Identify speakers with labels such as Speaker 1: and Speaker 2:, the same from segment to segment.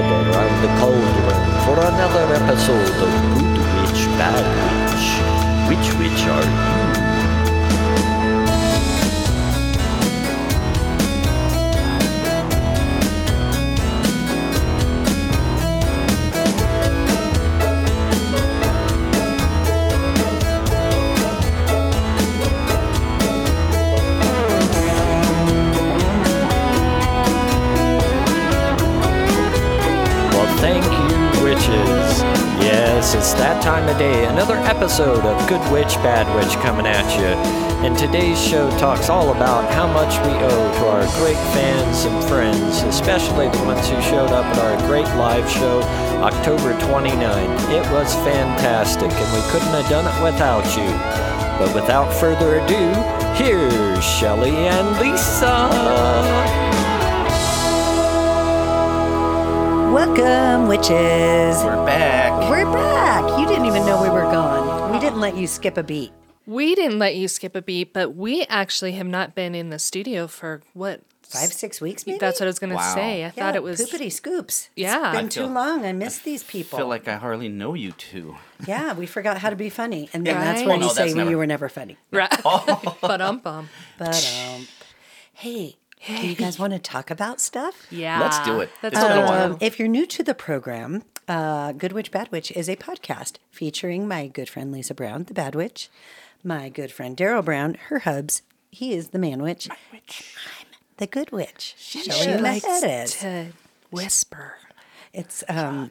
Speaker 1: the cauldron for another episode of Good Witch, Bad Witch. Which witch are you? Well, thank you, witches. Yes, it's that time of day. Another episode of Good Witch, Bad Witch coming at you. And today's show talks all about how much we owe to our great fans and friends, especially the ones who showed up at our great live show October 29th. It was fantastic, and we couldn't have done it without you. But without further ado, here's Shelly and Lisa.
Speaker 2: Welcome, witches.
Speaker 3: We're back.
Speaker 2: We're back. You didn't even know we were gone. We didn't let you skip a beat.
Speaker 4: We didn't let you skip a beat, but we actually have not been in the studio for what?
Speaker 2: Five, six weeks, maybe.
Speaker 4: That's what I was going to
Speaker 3: Wow.
Speaker 4: say. I
Speaker 2: Yeah,
Speaker 4: thought it was.
Speaker 2: poopity scoops.
Speaker 4: Yeah.
Speaker 2: it's been
Speaker 4: I
Speaker 2: too
Speaker 3: feel-
Speaker 2: long. I miss these people.
Speaker 3: I feel like I hardly know you two.
Speaker 2: yeah, we forgot how to be funny, and then
Speaker 4: Yeah.
Speaker 2: that's
Speaker 4: Right.
Speaker 2: where
Speaker 4: Oh,
Speaker 2: you
Speaker 3: no,
Speaker 2: say
Speaker 3: that's
Speaker 2: well, you
Speaker 3: never-
Speaker 2: were never funny.
Speaker 4: Right. but um bum.
Speaker 2: But um, hey, do you guys want to talk about stuff?
Speaker 4: Yeah.
Speaker 3: Let's do it.
Speaker 4: That's
Speaker 3: It's
Speaker 4: what
Speaker 3: been a
Speaker 4: I
Speaker 3: while.
Speaker 4: do.
Speaker 2: Um, if you're new to the program, uh, Good Witch Bad Witch is a podcast featuring my good friend Lisa Brown, the Bad Witch, my good friend Daryl Brown, her hubs. He is the Man Witch. I'm the Good Witch. Shelley Mercedes.
Speaker 4: to whisper.
Speaker 2: It's um,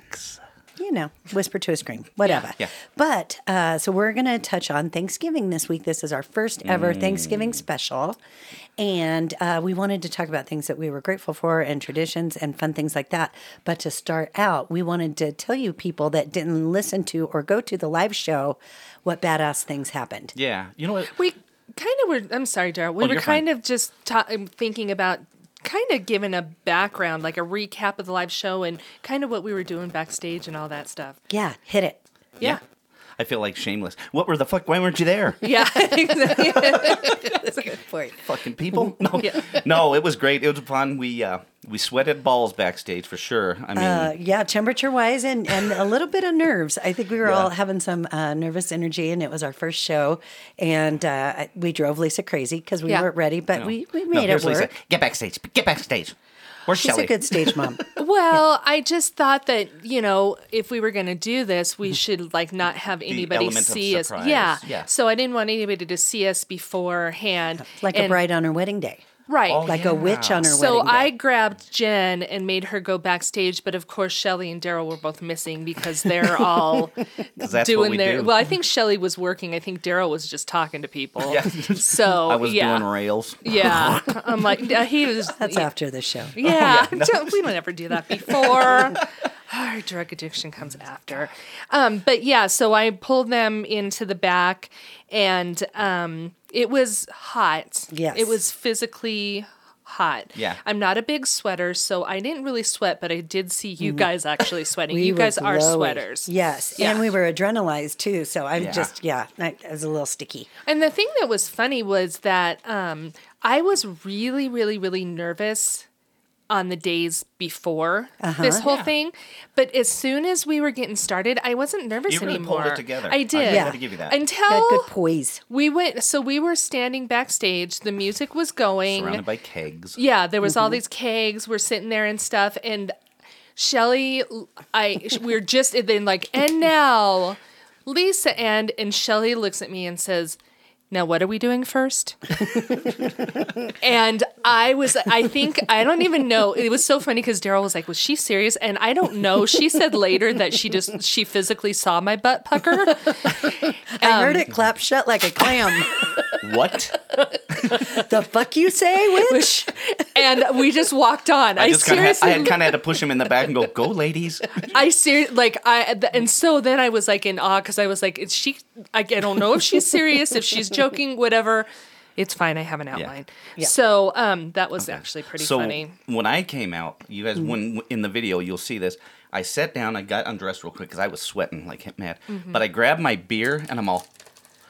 Speaker 2: you know, whisper to a scream, whatever.
Speaker 3: Yeah.
Speaker 2: But uh, so we're gonna touch on Thanksgiving this week. This is our first ever
Speaker 3: Mm.
Speaker 2: Thanksgiving special, and uh, we wanted to talk about things that we were grateful for and traditions and fun things like that. But to start out, we wanted to tell you people that didn't listen to or go to the live show what badass things happened.
Speaker 3: Yeah. You know what?
Speaker 4: We kind of were. I'm sorry, Daryl. We
Speaker 3: Oh,
Speaker 4: were
Speaker 3: you're
Speaker 4: kind
Speaker 3: fine.
Speaker 4: of just ta- um, thinking about kind of giving a background, like a recap of the live show and kind of what we were doing backstage and all that stuff.
Speaker 2: Yeah, hit it.
Speaker 4: Yeah.
Speaker 3: I feel like shameless. What were the fuck? Why weren't you there?
Speaker 4: Yeah.
Speaker 2: For you.
Speaker 3: Fucking people. No. No, it was great. It was fun. We uh we sweated balls backstage for sure. I mean,
Speaker 2: Uh, yeah, temperature wise, and, and a little bit of nerves. I think we were all
Speaker 3: Yeah.
Speaker 2: having some uh, nervous energy, and it was our first show, and uh, I- we drove Lisa crazy because we
Speaker 4: Yeah.
Speaker 2: weren't ready, but we, we
Speaker 3: no,
Speaker 2: made it
Speaker 3: here's
Speaker 2: work.
Speaker 3: Lisa. Get backstage. Get backstage. Where's
Speaker 2: She's
Speaker 3: Shelly?
Speaker 2: a good stage mom.
Speaker 4: Well, I just thought that you know, if we were going to do this, we should like not have anybody
Speaker 3: Mm-hmm. element of
Speaker 4: see us.
Speaker 3: surprise.
Speaker 4: Yeah.
Speaker 3: Yeah.
Speaker 4: So I didn't want anybody to see us beforehand,
Speaker 2: like a
Speaker 4: And-
Speaker 2: bride on her wedding day,
Speaker 4: right?
Speaker 3: Oh,
Speaker 2: like a witch
Speaker 3: Yeah.
Speaker 2: on her
Speaker 4: so
Speaker 2: wedding day.
Speaker 4: I grabbed Jen and made her go backstage, but of course Shelly and Daryl were both missing because they're all
Speaker 3: 'Cause that's
Speaker 4: doing
Speaker 3: what we
Speaker 4: their.
Speaker 3: do.
Speaker 4: Well, I think Shelly was working. I think Daryl was just talking to people.
Speaker 3: Yeah.
Speaker 4: So
Speaker 3: I was
Speaker 4: yeah.
Speaker 3: doing rails.
Speaker 4: Yeah, I'm like uh, he was.
Speaker 2: That's after the show.
Speaker 4: Yeah, don't- we don't ever do that before. Our drug addiction comes after. Um, but yeah, so I pulled them into the back, and um, it was hot.
Speaker 2: Yes.
Speaker 4: it was physically hot.
Speaker 3: Yeah.
Speaker 4: I'm not a big sweater, so I didn't really sweat, but I did see you guys actually sweating. you
Speaker 2: were
Speaker 4: guys are
Speaker 2: glowy.
Speaker 4: sweaters.
Speaker 2: Yes.
Speaker 4: Yeah.
Speaker 2: And we were adrenalized too. So I
Speaker 3: Yeah.
Speaker 2: just, yeah, I, I was a little sticky.
Speaker 4: And the thing that was funny was that um, I was really, really, really nervous on the days before
Speaker 2: Uh-huh.
Speaker 4: this whole thing. But as soon as we were getting started, I wasn't nervous
Speaker 3: You really
Speaker 4: anymore.
Speaker 3: pulled it together.
Speaker 4: I
Speaker 3: I
Speaker 4: did.
Speaker 3: gotta Yeah. give you that.
Speaker 2: You had
Speaker 4: Until
Speaker 2: good poise.
Speaker 4: we went, so we were standing backstage. The music was going.
Speaker 3: Surrounded by kegs.
Speaker 4: Yeah, there was
Speaker 3: Mm-hmm.
Speaker 4: all these kegs. We're sitting there and stuff, and Shelly, I we are just and then like, and now Lisa and and Shelly looks at me and says. Now what are we doing first? and I was I think I don't even know. It was so funny cuz Daryl was like, "Was she serious?" And I don't know. She said later that she just she physically saw my butt pucker.
Speaker 2: I heard
Speaker 4: um,
Speaker 2: it clap shut like a clam.
Speaker 3: What?
Speaker 2: the fuck you say, witch?
Speaker 4: and we just walked on. I,
Speaker 3: I just kind of
Speaker 4: seriously
Speaker 3: I had kind of had to push him in the back and go, "Go, ladies."
Speaker 4: I ser- like I th- and so then I was like in awe because I was like, is she? I, I don't know if she's serious, if she's joking, whatever. It's fine. I have an outline. So um, that was actually pretty
Speaker 3: so
Speaker 4: funny.
Speaker 3: when I came out, you guys, when in the video, you'll see this. I sat down, I got undressed real quick because I was sweating like mad. But I grabbed my beer and I'm all.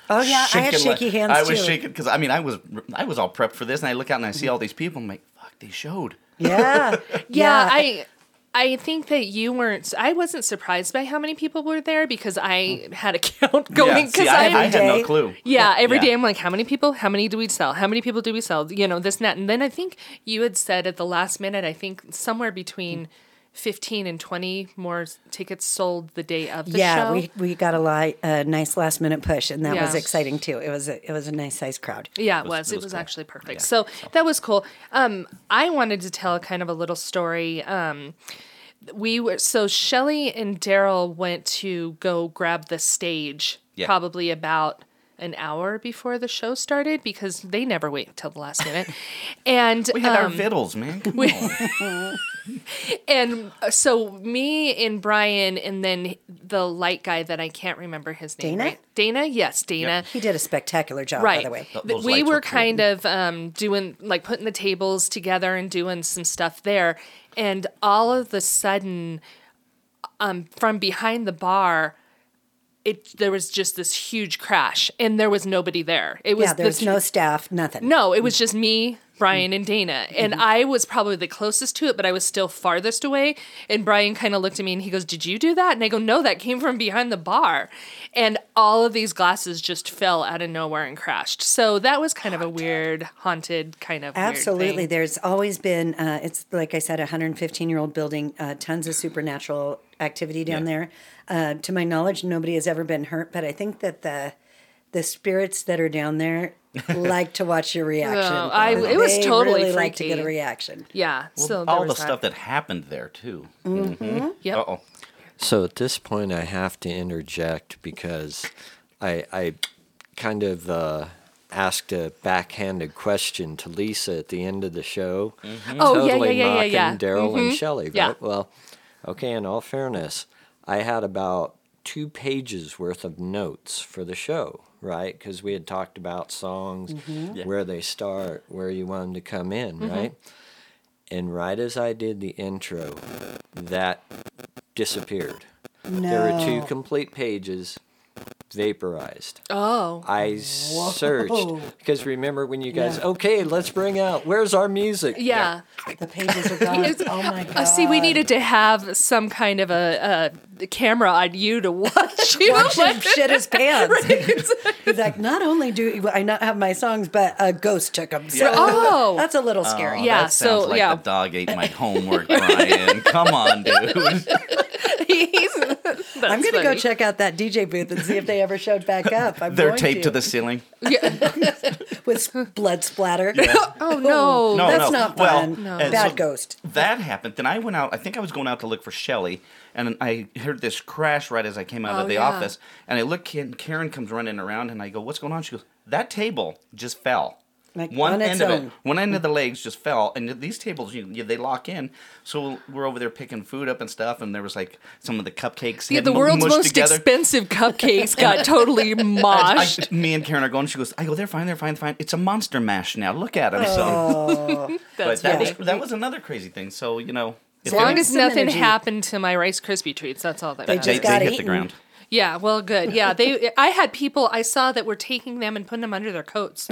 Speaker 2: Oh, yeah. I had
Speaker 3: shaking like-
Speaker 2: shaky hands
Speaker 3: I
Speaker 2: too.
Speaker 3: was shaking because I mean I was I was all prepped for this, and I look out and I see all these people. I'm like, fuck, they showed.
Speaker 2: Yeah.
Speaker 4: Yeah, I I think that you weren't. I wasn't surprised by how many people were there because I had a count going.
Speaker 3: Hmm. yeah, see,
Speaker 4: Because
Speaker 3: I,
Speaker 4: Oh, I,
Speaker 3: I had no
Speaker 2: day.
Speaker 3: clue.
Speaker 4: yeah, every
Speaker 3: Yeah.
Speaker 4: day I'm like, how many people? How many do we sell? How many people do we sell? You know, this and that. And then I think you had said at the last minute, I think somewhere between 15 and 20 more s- tickets sold the day of the
Speaker 2: yeah,
Speaker 4: show.
Speaker 2: we, we got a, li- a nice last minute push, and that
Speaker 4: Yeah.
Speaker 2: was exciting too. It was a, it was a nice sized crowd.
Speaker 4: Yeah, it was. It was, actually perfect. so that was cool. Um, I wanted to tell kind of a little story. Um, we were so Shelly and Daryl went to go grab the stage
Speaker 3: Yeah.
Speaker 4: probably about an hour before the show started because they never wait till the last minute. and
Speaker 3: We had our
Speaker 4: um,
Speaker 3: vittles, man. Come
Speaker 4: we-
Speaker 3: on.
Speaker 4: and uh, so me and Brian and then the light guy that I can't remember his name.
Speaker 2: Dana?
Speaker 4: right? Dana, yes, Dana.
Speaker 2: He did a spectacular job,
Speaker 4: right.
Speaker 2: by the way.
Speaker 3: Th-
Speaker 4: Th-
Speaker 3: those
Speaker 4: we
Speaker 3: lights
Speaker 4: were
Speaker 3: were cool.
Speaker 4: kind of um, doing like putting the tables together and doing some stuff there, and all of the sudden, um, from behind the bar. It, there was just this huge crash and there was nobody there. It was
Speaker 2: Yeah, there
Speaker 4: the
Speaker 2: was no staff, nothing.
Speaker 4: no, it was just me, Brian, and Dana. And I was probably the closest to it, but I was still farthest away. And Brian kind of looked at me and he goes, Did you do that? And I go, No, that came from behind the bar. And all of these glasses just fell out of nowhere and crashed. So that was kind of a weird, haunted kind of weird
Speaker 2: Absolutely.
Speaker 4: thing.
Speaker 2: There's always been, uh, it's like I said, a 115 year old building, uh, tons of supernatural activity down there. Uh, to my knowledge, nobody has ever been hurt, but I think that the the spirits that are down there like to watch your reaction.
Speaker 4: No, Oh, I- it was
Speaker 2: They
Speaker 4: totally
Speaker 2: really like to get a
Speaker 4: freaky.
Speaker 2: reaction.
Speaker 4: Yeah. so there
Speaker 3: all the
Speaker 4: was
Speaker 3: stuff that happened there too.
Speaker 4: Yep.
Speaker 3: Uh oh.
Speaker 1: So at this point, I have to interject because I, I kind of uh, asked a backhanded question to Lisa at the end of the show.
Speaker 4: Oh, yeah,
Speaker 1: totally
Speaker 4: yeah, yeah, yeah,
Speaker 1: mocking
Speaker 4: yeah. Mm-hmm.
Speaker 1: Daryl and Shelley. Right?
Speaker 4: Yeah.
Speaker 1: Well, okay. In all fairness, I had about two pages worth of notes for the show, right? Because we had talked about songs,
Speaker 4: Mm-hmm.
Speaker 1: where they start, where you want them to come in, right? And right as I did the intro, that disappeared. There were two
Speaker 2: No.
Speaker 1: complete pages vaporized.
Speaker 4: Oh.
Speaker 1: I searched because remember when you guys okay, let's bring out where's our music?
Speaker 4: Yeah.
Speaker 2: The pages are gone. oh my God.
Speaker 4: Uh, see, we needed to have some kind of a, a camera on you to watch you.
Speaker 2: Shit, shit his pants. He's like, not only do I not have my songs, but a ghost took them. So
Speaker 4: Oh.
Speaker 2: that's a little scary.
Speaker 4: Yeah,
Speaker 3: that
Speaker 4: so,
Speaker 3: sounds like
Speaker 4: yeah.
Speaker 3: the dog ate my homework, Brian. Come on, dude.
Speaker 2: I'm gonna go check out that DJ booth and see if they ever showed back up. I'm
Speaker 3: They're
Speaker 2: going
Speaker 3: taped to the ceiling.
Speaker 2: with s- blood splatter.
Speaker 4: Oh no.
Speaker 3: No,
Speaker 2: That's
Speaker 3: no.
Speaker 2: not
Speaker 3: Well,
Speaker 2: fun.
Speaker 3: No. uh,
Speaker 2: Bad
Speaker 3: so-
Speaker 2: ghost.
Speaker 3: That happened. Then I went out. I think I was going out to look for Shelly, and I heard this crash right as I came out
Speaker 4: Oh,
Speaker 3: of the
Speaker 4: yeah.
Speaker 3: office. And I look, and Karen comes running around, and I go, "What's going on?" She goes, "That table just fell."
Speaker 2: Like,
Speaker 3: one
Speaker 2: on its
Speaker 3: end of
Speaker 2: own.
Speaker 3: it, one end of the legs just fell, and these tables, you, you, they lock in. So we're over there picking food up and stuff, and there was like some of the cupcakes.
Speaker 4: Yeah,
Speaker 3: had
Speaker 4: the
Speaker 3: mu-
Speaker 4: world's
Speaker 3: mushed
Speaker 4: most
Speaker 3: together.
Speaker 4: expensive cupcakes got totally
Speaker 3: I-
Speaker 4: moshed.
Speaker 3: me and Karen are going. She goes, I go, they're fine, they're fine, they're fine. It's a monster mash now. Look at them. So, but
Speaker 4: That's
Speaker 3: that
Speaker 4: funny.
Speaker 3: was, that was another crazy thing. So you know,
Speaker 4: As
Speaker 3: if
Speaker 4: long
Speaker 3: it-
Speaker 4: as
Speaker 2: Some
Speaker 4: nothing
Speaker 2: energy.
Speaker 4: happened to my Rice Krispie treats, that's all that matters.
Speaker 3: they,
Speaker 2: just got
Speaker 3: they hit the
Speaker 2: eaten.
Speaker 3: ground.
Speaker 4: yeah, well, good. Yeah, they. I had people I saw that were taking them and putting them under their coats.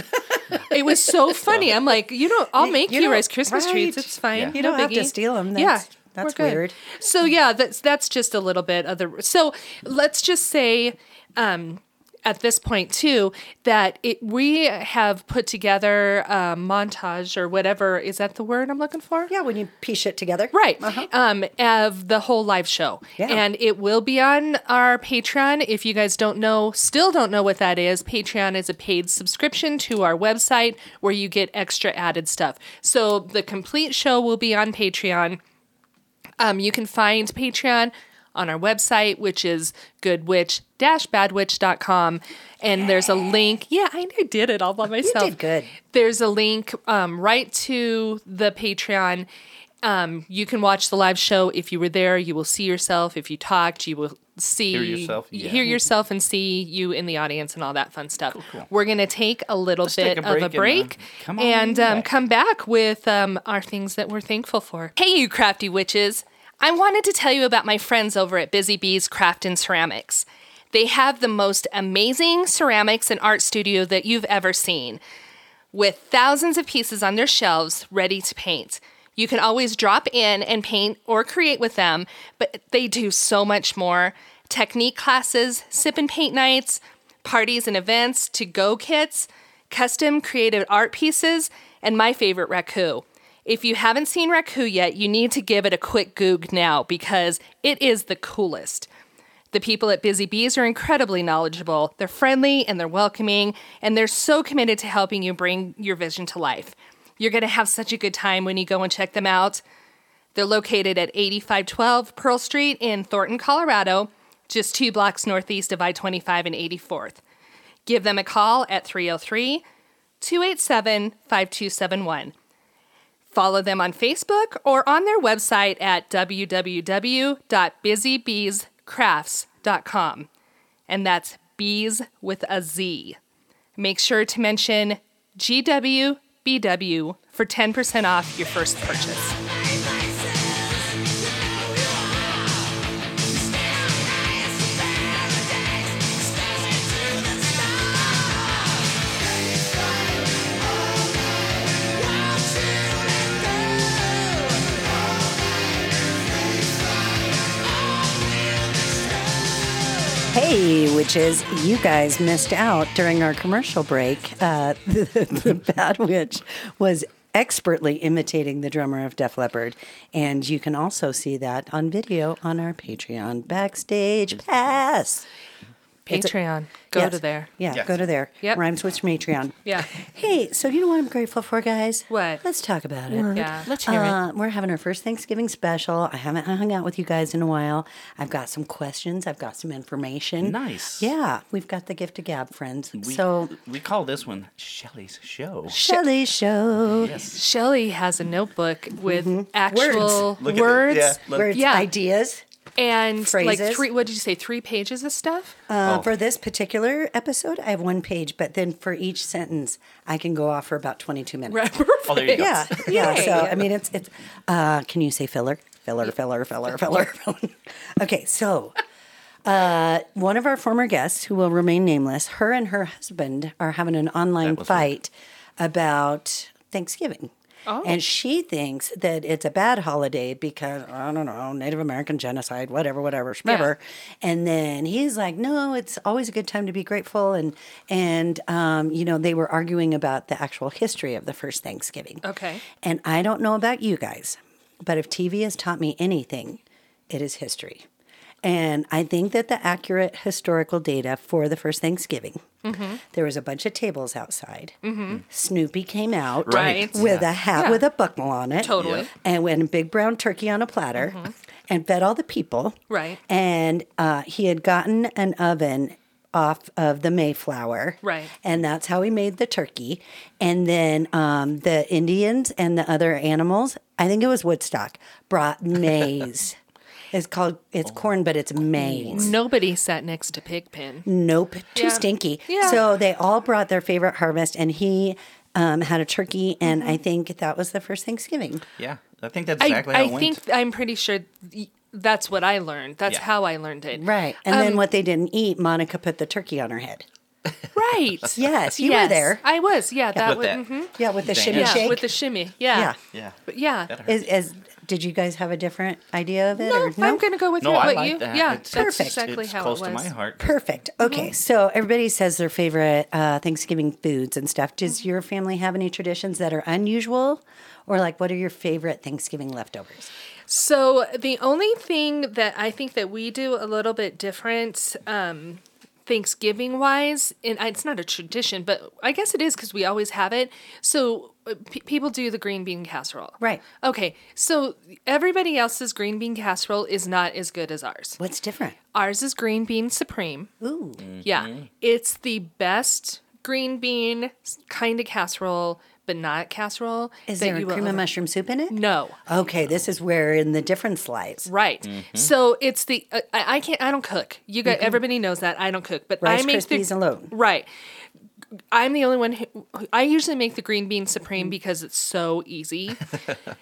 Speaker 4: It was so funny. I'm like, you know, I'll make you,
Speaker 2: you don't-
Speaker 4: Rice Krispie
Speaker 2: right.
Speaker 4: treats. It's fine.
Speaker 3: Yeah.
Speaker 2: You
Speaker 4: No
Speaker 2: don't have to
Speaker 4: biggie.
Speaker 2: steal 'em.
Speaker 4: yeah,
Speaker 2: That's- that's
Speaker 4: we're good.
Speaker 2: weird.
Speaker 4: So yeah, that's that's just a little bit of the. So let's just say, um, at this point too, that it we have put together a montage or whatever is that the word I'm looking for?
Speaker 2: Yeah, when you piece it together. Uh-huh.
Speaker 4: Right. Um, of the whole live show.
Speaker 2: Yeah.
Speaker 4: And it will be on our Patreon. If you guys don't know, still don't know what that is, Patreon is a paid subscription to our website where you get extra added stuff. So the complete show will be on Patreon. Um, you can find Patreon on our website, which is goodwitch-badwitch.com. And there's a link. Yeah, I did it all by myself.
Speaker 2: did good.
Speaker 4: There's a link um, right to the Patreon. Um, you can watch the live show. If you were there, you will see yourself. If you talked, you will see
Speaker 3: Hear yourself, yeah.
Speaker 4: hear yourself and see you in the audience and all that fun stuff. We're gonna take a little
Speaker 3: take
Speaker 4: bit
Speaker 3: a
Speaker 4: of
Speaker 3: break
Speaker 4: a break
Speaker 3: and, uh, come on
Speaker 4: and um,
Speaker 3: back.
Speaker 4: come back with um, our things that we're thankful for. Hey, you crafty witches! I wanted to tell you about my friends over at Busy Bees Craft and Ceramics. They have the most amazing ceramics and art studio that you've ever seen with thousands of pieces on their shelves ready to paint. You can always drop in and paint or create with them, but they do so much more technique classes, sip and paint nights, parties and events, to go kits, custom creative art pieces, and my favorite, Raku. If you haven't seen Raku yet, you need to give it a quick goog now because it is the coolest. The people at Busy Bees are incredibly knowledgeable. They're friendly and they're welcoming, and they're so committed to helping you bring your vision to life. You're going to have such a good time when you go and check them out. They're located at 8512 Pearl Street in Thornton, Colorado, just two blocks northeast of I 25 and 84th. Give them a call at 303 287 5271. Follow them on Facebook or on their website at www.busybeescrafts.com. And that's bees with a Z. Make sure to mention GWBW for 10% off your first purchase.
Speaker 2: Hey, which is you guys missed out during our commercial break. Uh, the, the Bad Witch was expertly imitating the drummer of Def Leppard, and you can also see that on video on our Patreon backstage pass. It's a-
Speaker 4: Patreon. Go
Speaker 2: Yes.
Speaker 4: to there.
Speaker 2: Yeah,
Speaker 3: Yes.
Speaker 2: go to there.
Speaker 4: Yep.
Speaker 2: Rhymes with Matreon.
Speaker 4: Yeah.
Speaker 2: Hey, so you know what I'm grateful for, guys?
Speaker 4: What?
Speaker 2: Let's talk about it.
Speaker 4: Yeah.
Speaker 5: Let's hear it.
Speaker 2: Uh, we're having our first Thanksgiving special. I haven't hung out with you guys in a while. I've got some questions. I've got some information.
Speaker 3: Nice.
Speaker 2: Yeah, we've got the gift of gab, friends.
Speaker 3: We,
Speaker 2: so
Speaker 3: we call this one Shelley's Show.
Speaker 2: Shelley show
Speaker 4: Shelly has a notebook with actual
Speaker 3: Look
Speaker 4: words,
Speaker 3: at it. Yeah, look.
Speaker 2: where it's
Speaker 4: Yeah.
Speaker 2: ideas
Speaker 4: and
Speaker 2: Phrases.
Speaker 4: like three. What did you say? Three pages of stuff.
Speaker 2: uh,
Speaker 3: Oh.
Speaker 2: for this particular episode. I have one page, but then for each sentence, I can go off for about twenty-two minutes.
Speaker 3: Oh, there you go.
Speaker 2: Yeah, yeah.
Speaker 4: Yay.
Speaker 2: So I mean, it's it's. Uh, can you say filler, filler, filler, filler, filler, filler? okay, so uh, one of our former guests, who will remain nameless, her and her husband are having an online
Speaker 3: That was her.
Speaker 2: fight about Thanksgiving.
Speaker 4: Oh.
Speaker 2: And she thinks that it's a bad holiday because I don't know Native American genocide, whatever, whatever, whatever. And then he's like, "No, it's always a good time to be grateful." And and um, you know they were arguing about the actual history of the first Thanksgiving.
Speaker 4: Okay.
Speaker 2: And I don't know about you guys, but if TV has taught me anything, it is history. And I think that the accurate historical data for the first Thanksgiving,
Speaker 4: Mm-hmm.
Speaker 2: there was a bunch of tables outside. Snoopy came out
Speaker 4: Right.
Speaker 2: with a hat
Speaker 4: Yeah.
Speaker 2: with a buckle on it.
Speaker 4: Totally. Mm-hmm. Yeah.
Speaker 2: And when a big brown turkey on a platter and fed all the people.
Speaker 4: Right.
Speaker 2: And uh, he had gotten an oven off of the Mayflower.
Speaker 4: Right.
Speaker 2: And that's how he made the turkey. And then um, the Indians and the other animals, I think it was Woodstock, brought maize. it's called, it's corn, but it's maize.
Speaker 4: Nobody sat next to Pigpen.
Speaker 2: Nope, too
Speaker 4: Yeah.
Speaker 2: stinky.
Speaker 4: Yeah.
Speaker 2: So they all brought their favorite harvest, and he um, had a turkey, and
Speaker 4: Mm-hmm.
Speaker 2: I think that was the first Thanksgiving.
Speaker 3: Yeah. I think that's
Speaker 4: I,
Speaker 3: exactly how
Speaker 4: I
Speaker 3: it went.
Speaker 4: think I'm pretty sure y- that's what I learned. That's
Speaker 3: Yeah.
Speaker 4: how I learned it.
Speaker 2: And then
Speaker 4: Um,
Speaker 2: what they didn't eat, Monica put the turkey on her head.
Speaker 4: Right.
Speaker 2: Yes, you
Speaker 4: Yes,
Speaker 2: were there.
Speaker 4: I was. Yeah. That
Speaker 3: With
Speaker 4: was.
Speaker 3: that.
Speaker 4: mhm.
Speaker 2: Yeah, with the
Speaker 3: Dang.
Speaker 2: shimmy
Speaker 4: Yeah.
Speaker 2: shake.
Speaker 4: With the shimmy. Yeah.
Speaker 2: Yeah.
Speaker 3: Yeah.
Speaker 4: But yeah.
Speaker 3: That hurt.
Speaker 2: Is, is, did you guys have a different idea of it?
Speaker 4: No,
Speaker 2: or
Speaker 4: I'm going to go with
Speaker 3: No,
Speaker 4: you.
Speaker 3: I
Speaker 4: what
Speaker 3: like
Speaker 4: you?
Speaker 3: that.
Speaker 4: Yeah.
Speaker 3: It's-
Speaker 4: that's
Speaker 2: Perfect.
Speaker 4: exactly
Speaker 3: it's
Speaker 4: how
Speaker 3: close
Speaker 4: it was.
Speaker 3: to my heart. 'cause
Speaker 2: Perfect.
Speaker 4: Mm-hmm.
Speaker 2: Okay, so everybody says their favorite uh, Thanksgiving foods and stuff. Does
Speaker 4: Mm-hmm.
Speaker 2: your family have any traditions that are unusual, or like what are your favorite Thanksgiving leftovers?
Speaker 4: So the only thing that I think that we do a little bit different, um, Thanksgiving wise, and it's not a tradition, but I guess it is because we always have it. So uh, pe people do the green bean casserole,
Speaker 2: Right.
Speaker 4: Okay, so everybody else's green bean casserole is not as good as ours.
Speaker 2: What's different?
Speaker 4: Ours is green bean supreme.
Speaker 2: Ooh,
Speaker 4: Yeah, it's the best green bean kind of casserole, but not casserole.
Speaker 2: is
Speaker 4: that
Speaker 2: there a
Speaker 4: you will
Speaker 2: cream
Speaker 4: ever-
Speaker 2: and mushroom soup in it?
Speaker 4: No.
Speaker 2: Okay, this is where in the difference lies.
Speaker 4: Right. So it's the uh, I, I can't I don't cook. You guys, everybody knows that I don't cook, but
Speaker 2: Mm-hmm. Rice
Speaker 4: I make
Speaker 2: Krispies
Speaker 4: the
Speaker 2: alone.
Speaker 4: right. I'm the only one who who- I usually
Speaker 2: Mm-hmm.
Speaker 4: make the green bean supreme because it's so easy.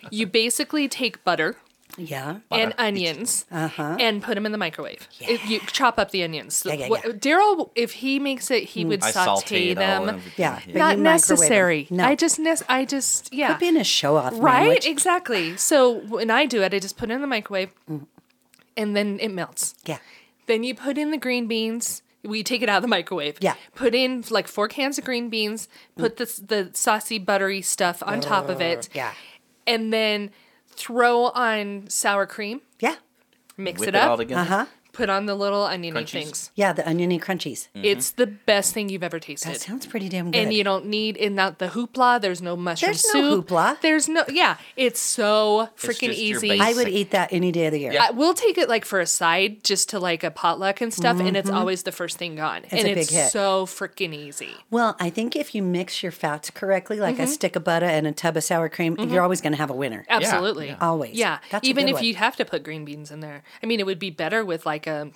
Speaker 4: you basically take butter
Speaker 2: Yeah.
Speaker 4: and onions
Speaker 2: Uh-huh.
Speaker 4: and put them in the microwave. If you chop up the onions.
Speaker 2: Yeah, yeah,
Speaker 4: What-
Speaker 2: yeah.
Speaker 4: Daryl, if he makes it, he would
Speaker 3: I
Speaker 4: saute,
Speaker 3: sauteed all
Speaker 4: them.
Speaker 3: of it.
Speaker 2: Yeah. Mm. but you
Speaker 4: Not
Speaker 2: microwave 'em.
Speaker 4: necessary.
Speaker 2: No.
Speaker 4: I just, nec- I just, yeah.
Speaker 2: Quit being a show off.
Speaker 4: Right? Exactly. So when I do it, I just put it in the microwave and then it melts.
Speaker 2: Mm. yeah.
Speaker 4: Then you put in the green beans. We take it out of the microwave.
Speaker 2: Yeah. Mm.
Speaker 4: Put in like four cans of green beans, put the, the saucy, buttery stuff on top of it.
Speaker 2: Yeah.
Speaker 4: And then throw on sour cream,
Speaker 2: Yeah.
Speaker 4: mix
Speaker 3: Whip
Speaker 4: it
Speaker 3: it,
Speaker 4: up,
Speaker 3: all together.
Speaker 2: Uh-huh.
Speaker 4: put on the little oniony
Speaker 3: Crunchies.
Speaker 4: things.
Speaker 2: Yeah. The oniony crunchies.
Speaker 3: Mm-hmm.
Speaker 4: It's the best thing you've ever tasted.
Speaker 2: That sounds pretty damn good.
Speaker 4: and you don't need in that the hoopla. There's no mushroom
Speaker 2: There's no
Speaker 4: soup.
Speaker 2: hoopla.
Speaker 4: There's no yeah. It's so
Speaker 3: just
Speaker 4: freaking
Speaker 3: your
Speaker 4: easy.
Speaker 3: base
Speaker 4: I,
Speaker 2: I would eat that any day of the year.
Speaker 3: Yeah.
Speaker 4: we'll take it like for a side, just to like a potluck and stuff. And it's always the first thing gone. and
Speaker 2: Mm-hmm. a big hit.
Speaker 4: it's so freaking easy.
Speaker 2: Well, I think if you mix your fats correctly, like a stick of butter and a tub of sour cream, you're always going to have a winner.
Speaker 4: Absolutely.
Speaker 3: yeah.
Speaker 2: Always.
Speaker 4: Yeah.
Speaker 2: That's a
Speaker 4: Even
Speaker 2: good
Speaker 4: if
Speaker 2: one.
Speaker 4: you have to put green beans in there. I mean, it would be better with like a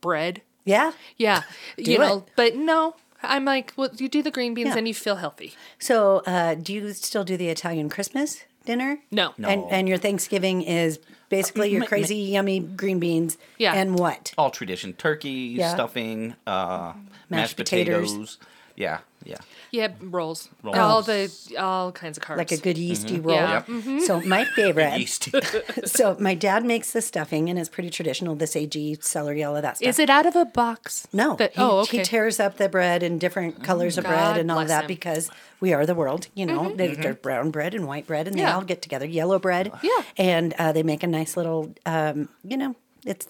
Speaker 4: bread.
Speaker 2: Yeah.
Speaker 4: Yeah. you
Speaker 2: it.
Speaker 4: know, but no. I'm like, well, you do the green beans
Speaker 2: Yeah.
Speaker 4: and you feel healthy.
Speaker 2: So, uh, do you still do the Italian Christmas dinner?
Speaker 4: No. No.
Speaker 2: And, and your Thanksgiving is basically your crazy, yummy green beans.
Speaker 4: Yeah.
Speaker 2: And what?
Speaker 3: All tradition turkey,
Speaker 2: Yeah.
Speaker 3: stuffing, uh, mashed,
Speaker 2: potatoes.
Speaker 3: potatoes. Yeah, yeah.
Speaker 4: Yeah, rolls.
Speaker 3: Rolls.
Speaker 4: All the all kinds of carbs.
Speaker 2: Like a good yeasty roll.
Speaker 4: Mm-hmm. Yeah. Yep.
Speaker 2: So, my favorite.
Speaker 3: Yeast.
Speaker 2: so, my dad makes the stuffing, and it's pretty traditional the sage, celery, all of that stuff.
Speaker 4: Is it out of a box?
Speaker 2: No.
Speaker 4: That-
Speaker 2: he,
Speaker 4: oh,
Speaker 2: he
Speaker 4: okay.
Speaker 2: tears up the bread and different colors of bread
Speaker 4: God
Speaker 2: and all
Speaker 4: bless
Speaker 2: that
Speaker 4: him. Mm-hmm.
Speaker 2: because we are the world, you know. They, There's brown bread and white bread, and they
Speaker 4: Yeah.
Speaker 2: all get together. Yellow bread.
Speaker 4: Yeah.
Speaker 2: And uh, they make a nice little, um, you know, it's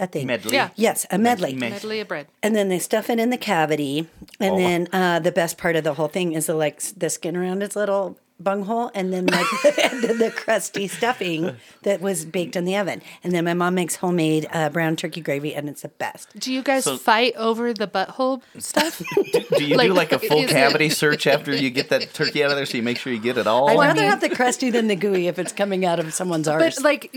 Speaker 2: a thing.
Speaker 3: Medley.
Speaker 4: Yeah.
Speaker 2: Yes, a medley.
Speaker 3: Med-
Speaker 4: medley of bread.
Speaker 2: and then they stuff it in the cavity. And then uh, the best part of the whole thing is the like s- the skin around its little bunghole and then like and then the crusty stuffing that was baked in the oven. And then my mom makes homemade uh, brown turkey gravy and it's the best.
Speaker 4: Do you guys
Speaker 3: So-
Speaker 4: fight over the butthole stuff?
Speaker 3: Do you
Speaker 4: Like,
Speaker 3: do like a full
Speaker 4: is it-
Speaker 3: cavity search after you get that turkey out of there so you make sure you get it all?
Speaker 2: I'd
Speaker 4: I
Speaker 2: rather
Speaker 4: mean-
Speaker 2: have the crusty than the gooey if it's coming out of someone's arse.
Speaker 4: but like,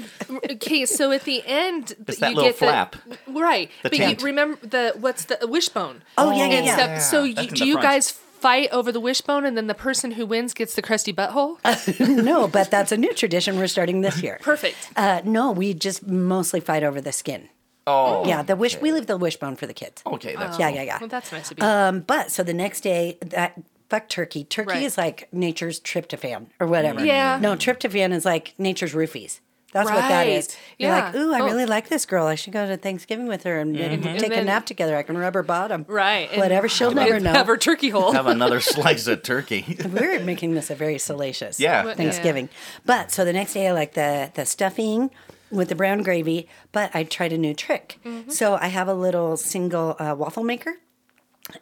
Speaker 4: okay, so at the end,
Speaker 3: It's that little
Speaker 4: get the-
Speaker 3: flap.
Speaker 4: right?
Speaker 3: The
Speaker 4: but
Speaker 3: tent.
Speaker 4: you remember the what's the wishbone?
Speaker 2: Oh, yeah, yeah,
Speaker 4: and
Speaker 2: yeah.
Speaker 4: stuff.
Speaker 3: Yeah,
Speaker 4: So
Speaker 3: that's
Speaker 4: you,
Speaker 3: in
Speaker 4: do
Speaker 3: the
Speaker 4: you
Speaker 3: front.
Speaker 4: guys fight over the wishbone, and then the person who wins gets the crusty butthole?
Speaker 2: no, but that's a new tradition we're starting this year.
Speaker 4: Perfect.
Speaker 2: Uh, no, we just mostly fight over the skin.
Speaker 3: oh,
Speaker 2: Yeah, the wish we leave the wishbone for the kids.
Speaker 3: Okay, that's
Speaker 2: Yeah, yeah, yeah.
Speaker 4: Well, that's nice of you.
Speaker 2: Um, but so the next day, that fuck turkey. Turkey
Speaker 4: Right.
Speaker 2: is like nature's tryptophan or whatever.
Speaker 4: Yeah.
Speaker 2: No, tryptophan is like nature's roofies. That's what that is.
Speaker 4: Right.
Speaker 2: You're like,
Speaker 4: Yeah.
Speaker 2: ooh, I
Speaker 4: Oh.
Speaker 2: really like this girl. I should go to Thanksgiving with her Mm-hmm. and maybe take
Speaker 4: And
Speaker 2: a
Speaker 4: then-
Speaker 2: nap together. I can rub her bottom.
Speaker 4: Right, and-
Speaker 2: Whatever. She'll never
Speaker 4: And
Speaker 2: know.
Speaker 4: Have her turkey hole.
Speaker 3: have another slice of turkey.
Speaker 2: We're making this a very salacious
Speaker 3: Yeah. What-
Speaker 2: Thanksgiving. But so the next day, I like the the stuffing with the brown gravy. But I tried a new trick.
Speaker 4: Mm-hmm.
Speaker 2: So I have a little single uh, waffle maker,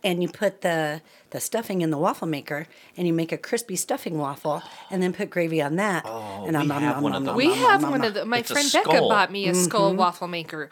Speaker 2: and you put the the stuffing in the waffle maker, and you make a crispy stuffing waffle, and then put gravy on that. Oh, and
Speaker 3: we
Speaker 2: nom,
Speaker 3: have
Speaker 2: nom,
Speaker 3: one
Speaker 2: nom, nom,
Speaker 3: of those.
Speaker 4: We
Speaker 2: nom,
Speaker 4: have
Speaker 2: nom,
Speaker 4: one
Speaker 2: nom.
Speaker 4: of the, my
Speaker 3: It's a
Speaker 4: friend Becca
Speaker 3: skull.
Speaker 4: bought me a skull waffle maker, and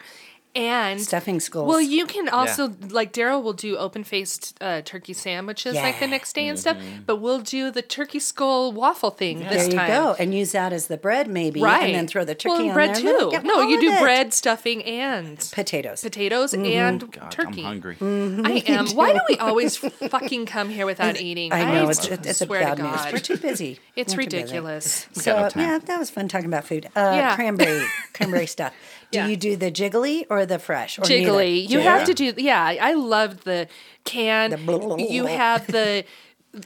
Speaker 2: Mm-hmm. Stuffing skulls.
Speaker 4: Well, you can also like Daryl will do open faced uh, turkey sandwiches like the
Speaker 2: Yeah.
Speaker 4: next day and stuff, but we'll do the turkey skull waffle thing
Speaker 2: There
Speaker 4: this
Speaker 2: you
Speaker 4: time.
Speaker 2: go, and use that as the bread maybe,
Speaker 4: Right,
Speaker 2: And then throw the turkey
Speaker 4: well, and
Speaker 2: on
Speaker 4: bread
Speaker 2: there.
Speaker 4: too.
Speaker 2: and then-
Speaker 4: no, you
Speaker 2: all
Speaker 4: do
Speaker 2: of it. mm-hmm.
Speaker 4: bread stuffing and
Speaker 2: potatoes.
Speaker 4: potatoes and
Speaker 3: God,
Speaker 4: turkey. Mm-hmm.
Speaker 3: I'm
Speaker 4: I
Speaker 3: hungry.
Speaker 4: am. Why do we always fucking come here without eating?
Speaker 2: I know it's,
Speaker 4: s-
Speaker 2: it's, it's a
Speaker 4: swear
Speaker 2: bad
Speaker 4: to
Speaker 2: news. We're
Speaker 4: God,
Speaker 2: too busy.
Speaker 4: it's
Speaker 2: We're too busy.
Speaker 4: ridiculous.
Speaker 3: got
Speaker 2: So
Speaker 3: no
Speaker 2: yeah,
Speaker 3: time.
Speaker 2: that was fun talking about food. Uh,
Speaker 4: Yeah.
Speaker 2: Cranberry, cranberry stuff. Do
Speaker 4: Yeah.
Speaker 2: you do the jiggly or the fresh? Or neither?
Speaker 4: jiggly. You
Speaker 3: Yeah.
Speaker 4: have to do. Yeah, I loved the can.
Speaker 2: The blah, blah, blah,
Speaker 4: you
Speaker 2: blah.
Speaker 4: have the.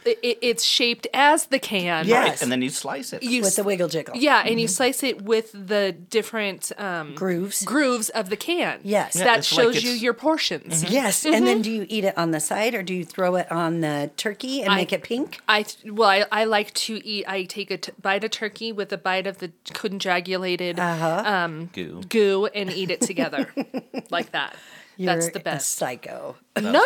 Speaker 4: It, it's shaped as the can.
Speaker 2: Yes.
Speaker 3: And then you slice it.
Speaker 4: You
Speaker 2: with the wiggle jiggle.
Speaker 4: Yeah, and
Speaker 2: Mm-hmm.
Speaker 4: you slice it with the different um,
Speaker 2: Grooves.
Speaker 4: grooves of the can.
Speaker 2: Yes. Yeah,
Speaker 4: that
Speaker 3: it's like
Speaker 4: shows you
Speaker 3: it's-
Speaker 4: your portions. Mm-hmm.
Speaker 2: Yes. And then do you eat it on the side or do you throw it on the turkey and
Speaker 4: I-
Speaker 2: make it pink?
Speaker 4: I th- well, I, I like to eat. I take a t- bite of turkey with a bite of the conjugulated
Speaker 2: Uh-huh.
Speaker 3: Goo.
Speaker 4: goo and eat it together, like that. That's
Speaker 2: You're
Speaker 4: the
Speaker 2: a
Speaker 4: best.
Speaker 2: psycho.
Speaker 4: No,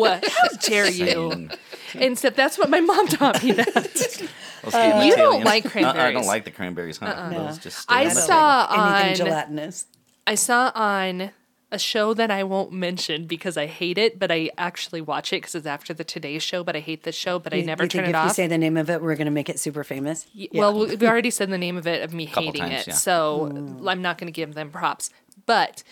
Speaker 4: how dare you?
Speaker 3: Same.
Speaker 4: And so that's what my mom taught me. That
Speaker 3: Let's get
Speaker 4: Uh, You don't
Speaker 3: Italian.
Speaker 4: like
Speaker 3: Uh-uh, I
Speaker 4: cranberries. Uh-uh.
Speaker 3: don't like the cranberries, huh? Those just stay
Speaker 4: I
Speaker 3: on the
Speaker 4: saw
Speaker 2: Anything
Speaker 4: on
Speaker 2: gelatinous.
Speaker 4: I saw on a show that I won't mention because I hate it, but I actually watch it because it's after the Today Show. But I hate this show, but I
Speaker 2: You-
Speaker 4: never
Speaker 2: you
Speaker 4: turn
Speaker 2: think
Speaker 4: it
Speaker 2: if you
Speaker 4: off.
Speaker 2: say the name of it, we're going to make it super famous?
Speaker 4: Y- Well, we we already said the name of it of me
Speaker 3: Couple
Speaker 4: hating
Speaker 2: Hmm.
Speaker 3: times,
Speaker 4: it,
Speaker 3: yeah.
Speaker 4: so I'm not going to give them props. But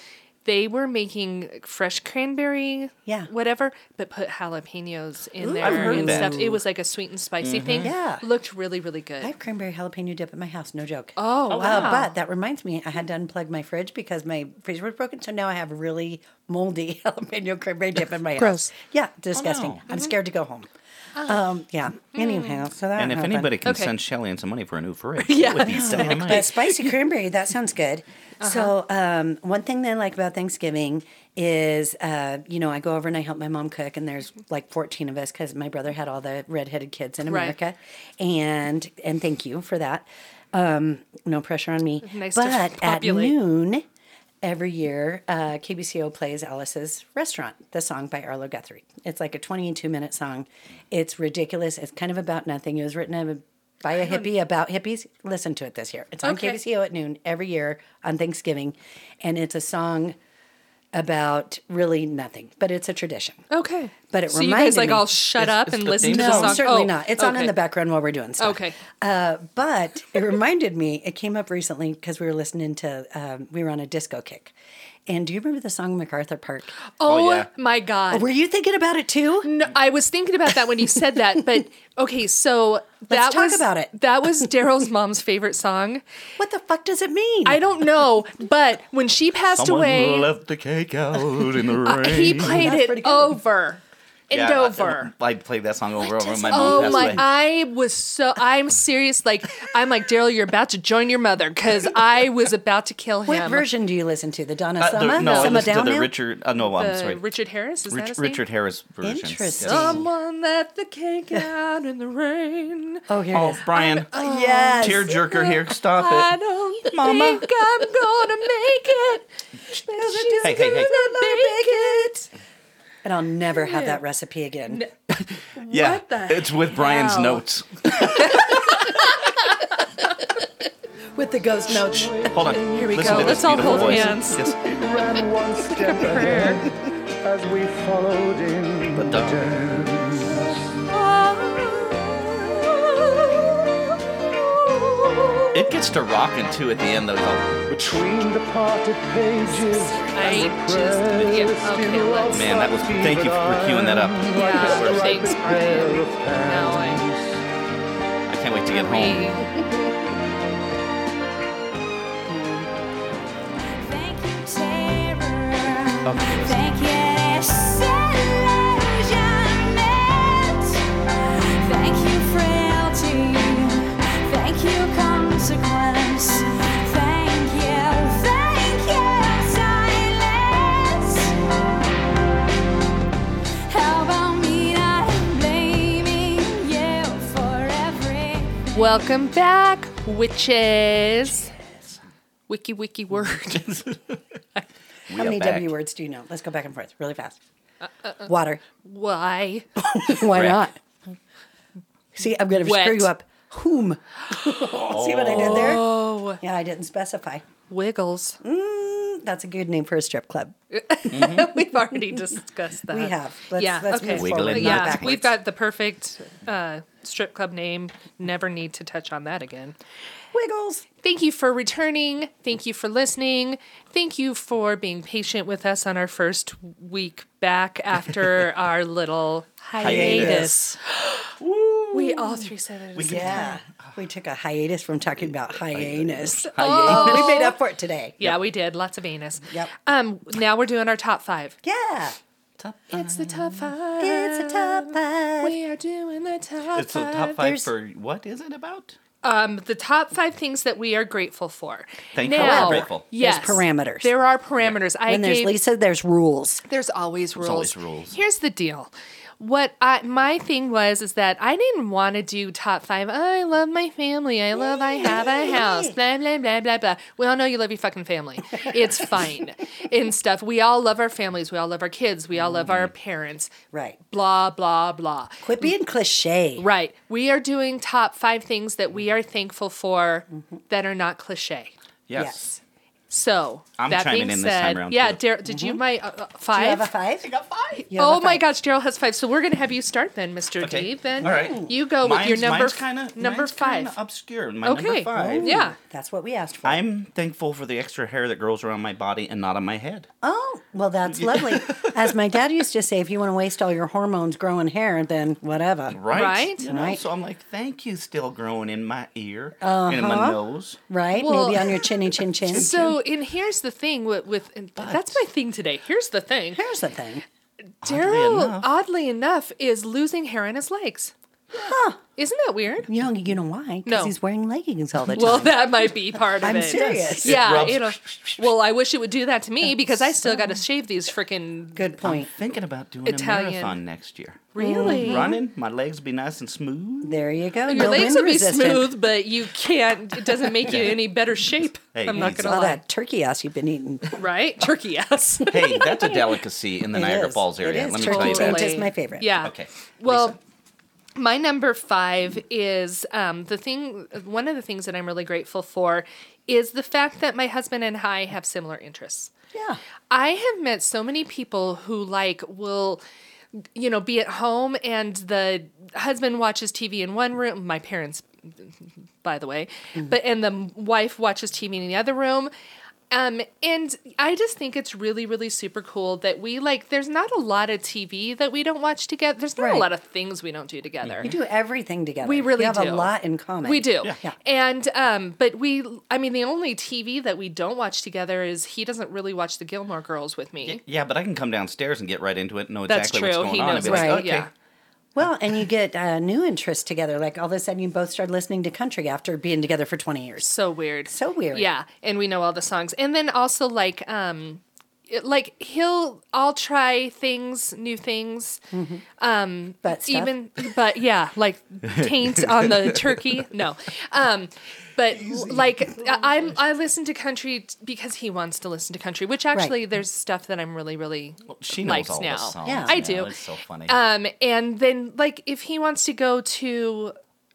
Speaker 4: they were making fresh cranberry,
Speaker 2: Yeah.
Speaker 4: whatever, but put jalapenos in there
Speaker 3: I've heard
Speaker 4: and
Speaker 3: that.
Speaker 4: stuff. It was like a sweet and spicy
Speaker 3: Mm-hmm.
Speaker 4: thing.
Speaker 2: Yeah.
Speaker 4: looked really really good.
Speaker 2: I have cranberry jalapeno dip at my house, no joke. Uh,
Speaker 4: Oh, wow.
Speaker 2: but that reminds me, I had to unplug my fridge because my freezer was broken. So now I have really moldy jalapeno cranberry dip in my
Speaker 4: Gross.
Speaker 2: house. Yeah, disgusting.
Speaker 4: Oh,
Speaker 3: no.
Speaker 4: Mm-hmm.
Speaker 2: I'm scared to go home.
Speaker 4: Ah.
Speaker 2: Um, yeah. Anyhow, so that
Speaker 3: And if
Speaker 2: happened.
Speaker 3: anybody can
Speaker 4: Okay.
Speaker 3: send Shelly and some money for a new fridge, yeah, would be dynamite.
Speaker 2: But spicy cranberry, that sounds good. So,
Speaker 4: Uh-huh.
Speaker 2: um, one thing that I like about Thanksgiving is, uh, you know, I go over and I help my mom cook, and there's like 14 of us because my brother had all the redheaded kids in
Speaker 4: Right.
Speaker 2: America, and and thank you for that. Um, no pressure on me.
Speaker 4: Nice to
Speaker 2: but at
Speaker 4: populate.
Speaker 2: noon every year, uh, KBCO plays Alice's Restaurant, the song by Arlo Guthrie. It's like a 22 minute song. It's ridiculous. It's kind of about nothing. It was written by a hippie about hippies. Listen to it this year. It's on
Speaker 4: Okay.
Speaker 2: KBCO at noon every year on Thanksgiving. And it's a song about really nothing, but it's a tradition.
Speaker 4: Okay,
Speaker 2: But it
Speaker 4: so you
Speaker 2: reminded
Speaker 4: guys like
Speaker 2: me-
Speaker 4: all shut
Speaker 3: It's-
Speaker 4: up
Speaker 3: it's
Speaker 4: and
Speaker 3: the
Speaker 4: listen
Speaker 3: theme
Speaker 4: to
Speaker 3: song.
Speaker 4: the
Speaker 2: No,
Speaker 4: song.
Speaker 2: certainly
Speaker 4: Oh,
Speaker 2: not. It's on in
Speaker 4: okay.
Speaker 2: the background while we're doing stuff.
Speaker 4: Okay.
Speaker 2: Uh, but it reminded me, it came up recently because we were listening to, um, we were on a disco kick. And do you remember the song MacArthur Park?
Speaker 4: Oh,
Speaker 3: yeah.
Speaker 4: my god.
Speaker 2: Were you thinking about it too?
Speaker 4: No, I was thinking about that when you said that, but okay, so that
Speaker 2: Let's talk
Speaker 4: was
Speaker 2: about it.
Speaker 4: That was Daryl's mom's favorite song.
Speaker 2: What the fuck does it mean?
Speaker 4: I don't know, but when she passed
Speaker 3: Someone
Speaker 4: away,
Speaker 3: left the cake out in the rain.
Speaker 4: Uh, he played
Speaker 2: That's
Speaker 4: it
Speaker 2: pretty good.
Speaker 4: over and
Speaker 3: Yeah, I-
Speaker 4: over.
Speaker 3: I, played that song over and over.
Speaker 2: does
Speaker 3: My
Speaker 2: it-
Speaker 3: mom
Speaker 4: Oh
Speaker 3: passed
Speaker 4: my!
Speaker 3: away.
Speaker 4: I was so I'm serious. Like I'm like Daryl, you're about to join your mother because I was about to kill
Speaker 2: what
Speaker 4: him.
Speaker 2: version do you listen to? The Donna
Speaker 3: Uh, the-
Speaker 2: Summer?
Speaker 3: no, I
Speaker 2: Summer
Speaker 3: listened to
Speaker 2: Down
Speaker 3: the
Speaker 2: now?
Speaker 3: Richard. Uh, no, I'm
Speaker 4: Uh,
Speaker 3: sorry.
Speaker 4: Richard Harris is that
Speaker 3: Rich,
Speaker 4: his name?
Speaker 3: Richard Harris version.
Speaker 2: Interesting.
Speaker 4: Someone left the cake out in the rain.
Speaker 2: Oh, here it
Speaker 3: Oh,
Speaker 2: is.
Speaker 3: Brian,
Speaker 2: yes.
Speaker 3: tearjerker here. Stop
Speaker 4: I
Speaker 3: it.
Speaker 4: don't
Speaker 3: Mama.
Speaker 4: think I'm gonna make it. But she's
Speaker 3: Hey, hey, hey.
Speaker 4: gonna make it.
Speaker 2: And I'll never have that recipe again.
Speaker 3: Yeah,
Speaker 4: What the
Speaker 3: it's with Brian's
Speaker 4: hell?
Speaker 3: notes.
Speaker 2: With the ghost notes.
Speaker 3: Hold on. Here
Speaker 4: we go. Let's all hold hands.
Speaker 3: Yes.
Speaker 5: ran one step ahead as we followed in
Speaker 3: But
Speaker 5: the
Speaker 3: don't-
Speaker 5: dance.
Speaker 3: It gets to rocking too at the end though. though.
Speaker 5: Between the parted pages,
Speaker 4: I just yeah, okay. Let's
Speaker 3: Man, that was. Thank you for queuing that up.
Speaker 4: yeah. Thanks,
Speaker 5: pair
Speaker 4: Brian.
Speaker 5: of hands.
Speaker 4: Now I
Speaker 3: I can't wait to get home.
Speaker 4: we-
Speaker 6: Thank you, terror. Thank you, disillusionment. E Thank you, frailty. Thank you, consequence. Thank you, thank you, silence. How about me not blaming you for everything?
Speaker 4: Welcome back, witches. Wiki wiki word.
Speaker 3: We
Speaker 2: How
Speaker 3: are
Speaker 2: many
Speaker 3: back.
Speaker 2: W words do you know? Let's go back and forth really fast.
Speaker 4: Uh,
Speaker 2: Water.
Speaker 4: Why?
Speaker 2: Why
Speaker 3: Wreck.
Speaker 2: not? See, I'm going to
Speaker 4: Wet.
Speaker 2: screw you up. Whom? See what I did there?
Speaker 4: Oh,
Speaker 2: Yeah, I didn't specify.
Speaker 4: wiggles.
Speaker 2: That's a good name for a strip club.
Speaker 4: We've already discussed that.
Speaker 2: We have. Let's,
Speaker 4: yeah.
Speaker 2: let's
Speaker 4: okay.
Speaker 2: move forward,
Speaker 3: Wiggling
Speaker 2: not
Speaker 4: yeah.
Speaker 2: backwards.
Speaker 4: We've got the perfect uh, strip club name. Never need to touch on that again.
Speaker 2: wiggles.
Speaker 4: Thank you for returning. Thank you for listening. Thank you for being patient with us on our first week back after our little hiatus. we all three said it.
Speaker 3: We
Speaker 4: as-
Speaker 3: can-
Speaker 2: Yeah. We took a hiatus from talking about hyenas.
Speaker 4: Oh.
Speaker 2: We made up for it today.
Speaker 4: Yeah, we did. Lots of anus.
Speaker 2: Yep.
Speaker 4: Um, now we're doing our top five.
Speaker 2: Yeah.
Speaker 4: It's the top five.
Speaker 2: It's a top five.
Speaker 4: Uh, We are doing the top
Speaker 3: It's the top five for what is it about?
Speaker 4: um, the top five things that we are grateful for.
Speaker 3: Thank you.
Speaker 4: now,
Speaker 3: We're grateful.
Speaker 4: Yes,
Speaker 2: parameters.
Speaker 4: There are parameters. I
Speaker 2: When there's
Speaker 4: gave-
Speaker 2: Lisa, there's rules.
Speaker 4: There's always rules.
Speaker 3: always rules.
Speaker 4: Here's the deal. What I my thing was is that I didn't want to do top five. "Oh, I love my family. I love I have a house. Blah blah blah blah blah. We all know you love your fucking family. It's fine and stuff. We all love our families. We all love our kids. We all love our
Speaker 3: Mm-hmm.
Speaker 4: parents.
Speaker 2: Right.
Speaker 4: Blah blah blah.
Speaker 2: Quit being cliche.
Speaker 4: Right. We are doing
Speaker 3: Mm-hmm.
Speaker 4: top five things that we are thankful for that are not cliche.
Speaker 3: Yes.
Speaker 2: Yes.
Speaker 4: So
Speaker 3: I'm
Speaker 4: that
Speaker 3: chiming
Speaker 4: being
Speaker 3: in
Speaker 4: said,
Speaker 3: this time around,
Speaker 4: yeah,
Speaker 3: too. Mm-hmm.
Speaker 4: Dar- did you my uh, uh,
Speaker 2: Do
Speaker 4: five?
Speaker 2: you have a five? You have
Speaker 4: oh
Speaker 2: a
Speaker 4: my
Speaker 2: five.
Speaker 4: gosh, Gerald has five. So we're gonna have you start then, Mr. D.
Speaker 3: Okay.
Speaker 4: Then
Speaker 3: All right.
Speaker 4: you go with your
Speaker 3: Mine's-
Speaker 4: number
Speaker 3: mine's kinda,
Speaker 4: number
Speaker 3: mine's
Speaker 4: five.
Speaker 3: Kinda obscure. My
Speaker 4: Okay.
Speaker 3: number five.
Speaker 4: Ooh. Yeah.
Speaker 2: That's what we asked for.
Speaker 3: I'm thankful for the extra hair that grows around my body and not on my head.
Speaker 2: oh, well, that's lovely. As my dad used to say, if you want to waste all your hormones growing hair, then whatever.
Speaker 3: Right.
Speaker 4: Right. Uh-huh.
Speaker 3: You know,
Speaker 2: Right.
Speaker 3: So I'm like, thank you, still growing in my ear and in my nose.
Speaker 2: Right?
Speaker 4: Well-
Speaker 2: Maybe on your chinny chin chin.
Speaker 4: So and here's the thing with, with and that's my thing today. Here's the thing.
Speaker 2: Here's the thing.
Speaker 4: Daryl,
Speaker 3: enough.
Speaker 4: oddly enough, is losing hair on his legs. Isn't that weird?
Speaker 2: You know, you know why? Because
Speaker 4: No.
Speaker 2: he's wearing leggings all the time.
Speaker 4: Well, that might be part of
Speaker 2: I'm
Speaker 4: it.
Speaker 2: serious.
Speaker 4: Yeah,
Speaker 3: rubs.
Speaker 4: it'll, well, I wish it would do that to me because I still got to shave these freaking.
Speaker 2: Good
Speaker 3: I'm
Speaker 2: point.
Speaker 3: thinking about doing
Speaker 4: Italian.
Speaker 3: a marathon next year.
Speaker 4: Really?
Speaker 3: Running, my legs will be nice and smooth.
Speaker 2: There you go.
Speaker 4: Your
Speaker 2: no
Speaker 4: legs
Speaker 2: wind
Speaker 4: will be
Speaker 2: resistant.
Speaker 4: smooth, but you can't. It doesn't make you any better shape.
Speaker 3: Hey,
Speaker 4: I'm not
Speaker 3: it's
Speaker 4: gonna
Speaker 2: All
Speaker 4: lie.
Speaker 2: that turkey ass you've been eating.
Speaker 4: Right? Turkey ass.
Speaker 3: hey, that's a delicacy in the
Speaker 2: It
Speaker 3: Niagara
Speaker 2: is.
Speaker 3: Falls
Speaker 2: It
Speaker 3: area.
Speaker 2: is.
Speaker 3: Let me
Speaker 2: Turkey
Speaker 3: tell you that.
Speaker 2: taint is my favorite.
Speaker 4: Yeah.
Speaker 3: Okay.
Speaker 4: Well,
Speaker 3: Lisa.
Speaker 4: my number five is um, the thing. One of the things that I'm really grateful for is the fact that my husband and I have similar interests.
Speaker 2: Yeah.
Speaker 4: I have met so many people who like will you know be at home and the husband watches TV in one room my parents by the way
Speaker 2: Mm-hmm.
Speaker 4: but and the wife watches TV in the other room um and I just think it's really really super cool that we like there's not a lot of TV that we don't watch together there's not a
Speaker 2: Right.
Speaker 4: lot of things we don't do together
Speaker 2: We do everything together.
Speaker 4: we really
Speaker 2: we have
Speaker 4: do.
Speaker 2: a lot in common.
Speaker 4: We do.
Speaker 2: Yeah.
Speaker 4: And um, but we I mean the only TV that we don't watch together is he doesn't really watch the Gilmore Girls with me.
Speaker 3: Yeah, but I can come downstairs and get right into it and know
Speaker 4: That's
Speaker 3: exactly
Speaker 4: true.
Speaker 3: what's going
Speaker 4: He
Speaker 3: on. and
Speaker 4: knows
Speaker 3: be
Speaker 4: what's
Speaker 3: like,
Speaker 4: going-
Speaker 3: okay,
Speaker 4: yeah.
Speaker 2: Well, and you get uh, new interests together. Like all of a sudden, you both start listening to country after being together for 20 years.
Speaker 4: So weird.
Speaker 2: So weird.
Speaker 4: Yeah, and we know all the songs. And then also like um it- like he'll I'll try things, new things. Um
Speaker 2: Butt stuff.
Speaker 4: even but yeah, like taint on the turkey. No. Um but like I- I'm I listen to country t- because he wants to listen to country, which actually there's stuff that I'm really really
Speaker 3: She knows
Speaker 4: likes
Speaker 3: all
Speaker 4: now.
Speaker 3: the songs.
Speaker 2: Yeah.
Speaker 4: I
Speaker 3: now.
Speaker 4: do.
Speaker 3: It's so funny.
Speaker 4: Um, and then like if he wants to go to,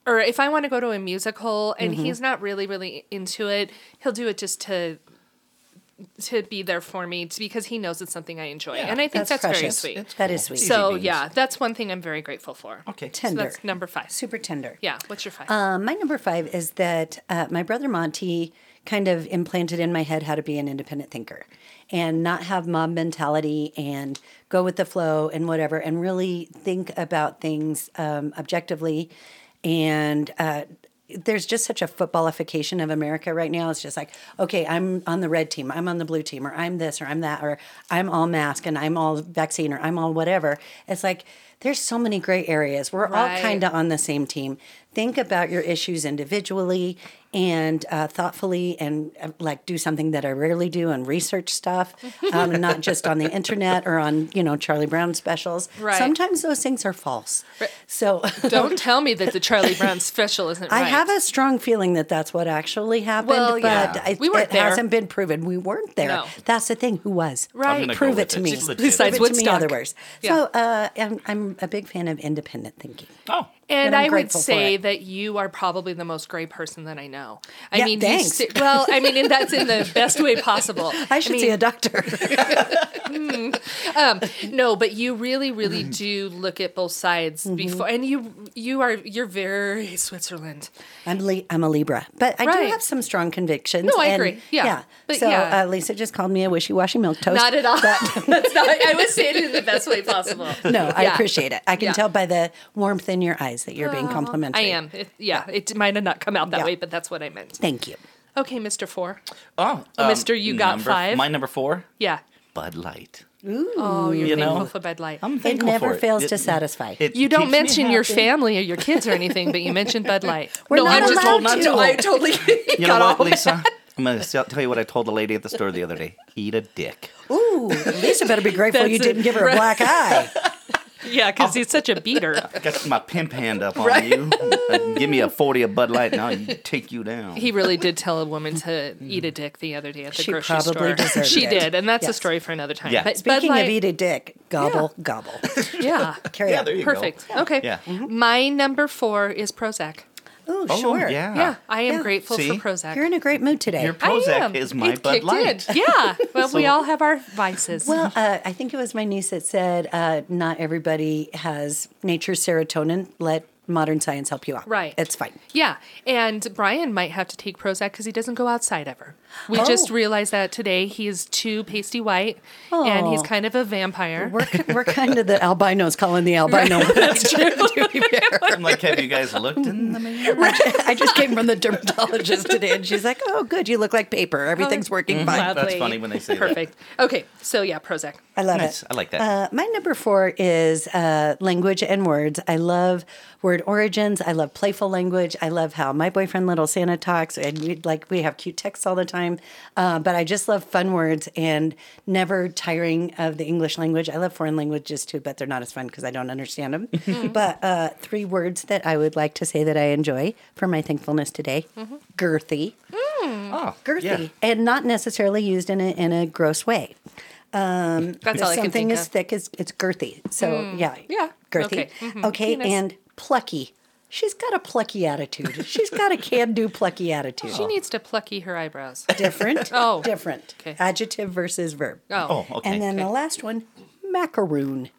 Speaker 4: or if I want to go to a musical and
Speaker 2: Mm-hmm.
Speaker 4: he's not really really into it, he'll do it just to to be there for me t- because he knows it's something I enjoy,
Speaker 3: Yeah,
Speaker 4: and I think that's,
Speaker 2: That's
Speaker 4: very
Speaker 2: precious.
Speaker 4: sweet.
Speaker 3: It's
Speaker 2: That is
Speaker 3: cool.
Speaker 2: sweet.
Speaker 3: Easy
Speaker 4: so
Speaker 3: beans.
Speaker 4: yeah, that's one thing I'm very grateful for.
Speaker 3: Okay.
Speaker 4: So
Speaker 2: Tender.
Speaker 4: that's number five.
Speaker 2: Super tender.
Speaker 4: Yeah, what's your five?
Speaker 2: Um, my number five is that uh, my brother Monty kind of implanted in my head how to be an independent thinker and not have mob mentality and go with the flow and whatever and really think about things um, objectively. And uh, there's just such a footballification of America right now. It's just like, okay, I'm on the red team, I'm on the blue team, or I'm this, or I'm that, or I'm all mask and I'm all vaccine, or I'm all whatever. It's like, there's so many gray areas. We're all
Speaker 4: Right.
Speaker 2: kind of on the same team. Think about your issues individually and uh, thoughtfully, and uh, like do something that I rarely do and research stuff, um, and not just on the internet or on you know Charlie Brown specials.
Speaker 4: Right.
Speaker 2: Sometimes those things are false. So
Speaker 4: Don't tell me that the Charlie Brown special isn't.
Speaker 2: I
Speaker 4: right.
Speaker 2: have a strong feeling that that's what actually happened,
Speaker 4: Well,
Speaker 2: but
Speaker 4: yeah.
Speaker 2: I,
Speaker 4: We weren't
Speaker 2: it
Speaker 4: there.
Speaker 2: hasn't been proven. We weren't there.
Speaker 4: No.
Speaker 2: That's the thing. Who was?
Speaker 4: Right. I'm gonna go
Speaker 2: Prove
Speaker 3: with
Speaker 2: it to
Speaker 3: it.
Speaker 2: me.
Speaker 3: It's legit.
Speaker 4: Besides
Speaker 2: Prove it to me
Speaker 4: Woodstock.
Speaker 2: otherwise. So uh, I'm, I'm a big fan of independent thinking.
Speaker 3: Oh.
Speaker 4: And
Speaker 2: And I'm
Speaker 4: I would
Speaker 2: grateful for
Speaker 4: say
Speaker 2: it.
Speaker 4: that you are probably the most gray person that I know. I
Speaker 2: Yeah,
Speaker 4: mean, you
Speaker 2: thanks.
Speaker 4: si- well, I mean, and that's in the best way possible.
Speaker 2: I should
Speaker 4: mean,
Speaker 2: see a doctor.
Speaker 4: Um, No, but you really, really
Speaker 2: Mm-hmm.
Speaker 4: do look at both sides before, and you, you are, you're very Switzerland.
Speaker 2: I'm Li- I'm a Libra, but I
Speaker 4: Right.
Speaker 2: do have some strong convictions.
Speaker 4: No, I
Speaker 2: and-
Speaker 4: agree. Yeah. But
Speaker 2: so
Speaker 4: yeah.
Speaker 2: Uh, Lisa just called me a wishy-washy milk toast.
Speaker 4: Not at all.
Speaker 2: but-
Speaker 4: that's not. I would say it in the best way possible.
Speaker 2: no, I
Speaker 4: Yeah.
Speaker 2: appreciate it. I can
Speaker 4: Yeah. Oh,
Speaker 2: tell by the warmth in your eyes that you're being complimentary.
Speaker 4: I am. It, yeah, it might have not come out that
Speaker 2: Yeah.
Speaker 4: way, but that's what I meant.
Speaker 2: Thank you.
Speaker 4: Okay, Mister Four.
Speaker 3: Oh,
Speaker 4: Mister, you got
Speaker 3: number-
Speaker 4: five?
Speaker 3: My number four,
Speaker 4: Yeah.
Speaker 3: Bud Light.
Speaker 4: Oh, you're
Speaker 3: You
Speaker 4: thankful
Speaker 3: know,
Speaker 4: for Bud Light.
Speaker 3: I'm
Speaker 2: It
Speaker 3: thankful
Speaker 2: never
Speaker 3: for
Speaker 2: fails
Speaker 3: It-
Speaker 2: to satisfy.
Speaker 3: it
Speaker 4: You don't
Speaker 3: keeps me
Speaker 4: mention your
Speaker 3: happy.
Speaker 4: family or your kids or anything, but you mention Bud Light.
Speaker 2: We're not
Speaker 4: I'm just
Speaker 2: allowed
Speaker 4: told not
Speaker 2: to.
Speaker 4: to. I totally
Speaker 3: You
Speaker 4: got
Speaker 3: know what,
Speaker 4: all
Speaker 3: Lisa? I'm going to tell you what I told the lady at the store the other day. Eat a dick.
Speaker 2: Ooh, Lisa better be grateful
Speaker 4: That's
Speaker 2: you
Speaker 4: it.
Speaker 2: didn't give her a
Speaker 4: Right.
Speaker 2: black eye.
Speaker 4: Yeah, because he's such a beater.
Speaker 3: Got my pimp hand up on you. Uh, Give me a 40 of Bud Light and I'll take you down.
Speaker 4: He really did tell a woman to eat a dick the other day at the
Speaker 2: She
Speaker 4: grocery
Speaker 2: probably
Speaker 4: store.
Speaker 2: deserved
Speaker 4: she
Speaker 2: it.
Speaker 4: did, and that's a
Speaker 2: Yes.
Speaker 4: story for another time.
Speaker 3: Yeah.
Speaker 4: But Bud
Speaker 2: Speaking
Speaker 4: Light-
Speaker 2: of eat a dick, gobble gobble.
Speaker 4: yeah,
Speaker 2: Carry
Speaker 3: yeah,
Speaker 2: on.
Speaker 3: there you
Speaker 4: perfect.
Speaker 2: Mm-hmm.
Speaker 3: go.
Speaker 4: Okay,
Speaker 3: Yeah.
Speaker 4: my number four is Prozac.
Speaker 2: Ooh,
Speaker 3: Oh,
Speaker 2: sure.
Speaker 3: yeah.
Speaker 4: Yeah, I am
Speaker 2: Ah. Yeah.
Speaker 4: grateful
Speaker 3: See?
Speaker 4: for Prozac.
Speaker 2: You're in a great mood today.
Speaker 3: Your
Speaker 4: I
Speaker 3: Prozac
Speaker 4: am.
Speaker 3: is my
Speaker 4: It
Speaker 3: Bud
Speaker 4: kicked
Speaker 3: Light.
Speaker 4: in. Yeah, well, we
Speaker 3: So-
Speaker 4: all have our vices.
Speaker 2: Well, uh, I think it was my niece that said, uh, "Not everybody has nature's serotonin. Let modern science help you out.
Speaker 4: Right.
Speaker 2: It's fine.
Speaker 4: Yeah, and Brian might have to take Prozac because he doesn't go outside ever. We
Speaker 2: Oh.
Speaker 4: just realized that today he is too pasty white, and he's
Speaker 2: Oh.
Speaker 4: kind of a vampire.
Speaker 2: We're we're kind of the albinos calling the albino. That's true.
Speaker 3: I'm like, have you guys looked in the mirror?
Speaker 2: I just came from the dermatologist today, and she's like, "Oh, good. You look like paper. Everything's
Speaker 4: Mm-hmm.
Speaker 2: working fine."
Speaker 3: That's funny when they say that.
Speaker 4: Perfect. Okay, so yeah, Prozac.
Speaker 2: I love
Speaker 3: Nice.
Speaker 2: it.
Speaker 3: I like that.
Speaker 2: Uh, my number four is uh, language and words. I love word origins. I love playful language. I love how my boyfriend Little Santa talks, and we like we have cute texts all the time. Uh, but I just love fun words and never tiring of the English language. I love foreign languages too, but they're not as fun because I don't understand them. but uh, three words that I would like to say that I enjoy for my thankfulness today: girthy
Speaker 3: Oh,
Speaker 2: girthy
Speaker 3: yeah.
Speaker 2: and not necessarily used in a in a gross way. Um,
Speaker 4: That's
Speaker 2: if
Speaker 4: all I can
Speaker 2: something
Speaker 4: think
Speaker 2: is
Speaker 4: of. Hmm.
Speaker 2: thick is it's girthy. So yeah,
Speaker 4: Yeah.
Speaker 2: girthy.
Speaker 4: Okay.
Speaker 2: Okay,
Speaker 4: Mhm. Penis.
Speaker 2: and plucky. She's got a plucky attitude. She's got a can-do plucky attitude.
Speaker 4: She needs to plucky her eyebrows.
Speaker 2: different.
Speaker 4: Oh.
Speaker 2: different.
Speaker 4: Okay.
Speaker 2: Adjective versus verb.
Speaker 4: Oh,
Speaker 3: Oh, okay.
Speaker 2: And then the last one, macaroon.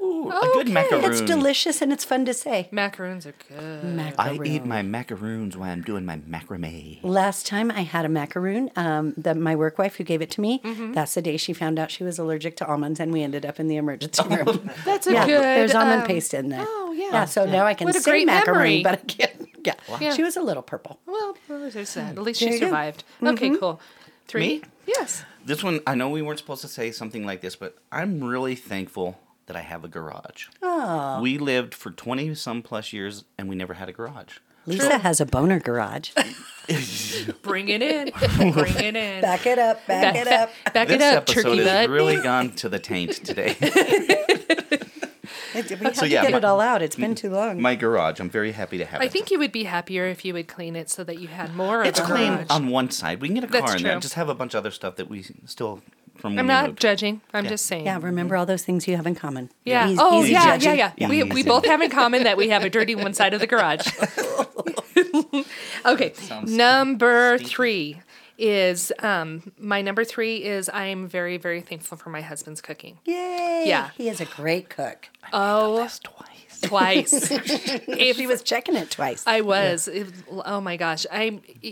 Speaker 3: Ooh, a good macaroon.
Speaker 2: It's delicious and it's fun to say.
Speaker 4: macaroons are good.
Speaker 3: I
Speaker 2: Macaroon.
Speaker 3: eat my macaroons while I'm doing my macrame.
Speaker 2: Last time I had a macaroon, um, the, my work wife who gave it to me,
Speaker 4: Mm-hmm.
Speaker 2: that's the day she found out she was allergic to almonds, and we ended up in the emergency room.
Speaker 4: That's a
Speaker 2: yeah,
Speaker 4: good.
Speaker 2: there's almond
Speaker 4: um,
Speaker 2: paste in there.
Speaker 4: oh, yeah.
Speaker 2: Yeah, so now I can
Speaker 4: What a
Speaker 2: say
Speaker 4: great
Speaker 2: macaroon,
Speaker 4: memory.
Speaker 2: but I can't. Yeah.
Speaker 4: Yeah.
Speaker 2: she was a little purple.
Speaker 4: Well, there's that. At least
Speaker 2: There
Speaker 4: she
Speaker 2: you go. Mm-hmm.
Speaker 4: survived. Okay, cool. Three.
Speaker 3: Me?
Speaker 4: Yes.
Speaker 3: This one, I know we weren't supposed to say something like this, but I'm really thankful that I have a garage. Oh. We lived for 20 some plus years and we never had a garage.
Speaker 2: Lisa has a boner garage.
Speaker 4: Bring it in. Bring it in.
Speaker 2: Back it up, back it up.
Speaker 4: Back
Speaker 3: this
Speaker 4: it up,
Speaker 3: episode
Speaker 4: turkey
Speaker 3: has
Speaker 4: butt.
Speaker 3: really gone to the taint today.
Speaker 2: We had to
Speaker 3: yeah,
Speaker 2: get
Speaker 3: my-
Speaker 2: it all out. It's been too long.
Speaker 3: my garage, I'm very happy to have
Speaker 4: I
Speaker 3: it.
Speaker 4: think you would be happier if you would clean it so that you had more of
Speaker 3: it's
Speaker 4: a
Speaker 3: clean
Speaker 4: garage.
Speaker 2: Um,
Speaker 3: on one side. We can get a car
Speaker 4: That's
Speaker 3: in there.
Speaker 4: true.
Speaker 3: Just have a bunch of other stuff that we still from when
Speaker 4: I'm
Speaker 3: we
Speaker 4: not
Speaker 3: moved.
Speaker 4: judging. I'm just saying.
Speaker 2: yeah, remember all those things you have in common.
Speaker 4: Yeah.
Speaker 2: Eas-
Speaker 4: oh,
Speaker 2: easy
Speaker 4: yeah, yeah,
Speaker 2: judging.
Speaker 4: yeah,
Speaker 3: Yeah.
Speaker 4: We, we
Speaker 3: Easy.
Speaker 4: both have in common that we have a dirty one side of the garage. okay. Number three is um, my number three is I'm very, very thankful for my husband's cooking.
Speaker 2: Yay.
Speaker 4: Yeah.
Speaker 2: He is a great cook.
Speaker 4: Oh,
Speaker 3: Just twice.
Speaker 4: twice. if
Speaker 2: She was checking it twice.
Speaker 4: I was. If- oh my gosh. I'm.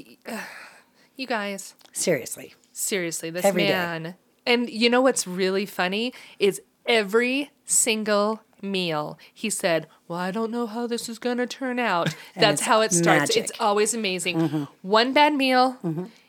Speaker 4: You guys.
Speaker 2: Seriously.
Speaker 4: Seriously, this
Speaker 2: Every day.
Speaker 4: man. And you know what's really funny is every single meal he said, "Well, I don't know how this is going to turn out." That's
Speaker 2: it's
Speaker 4: how it starts.
Speaker 2: magic. Mm-hmm.
Speaker 4: It's always amazing. One bad meal,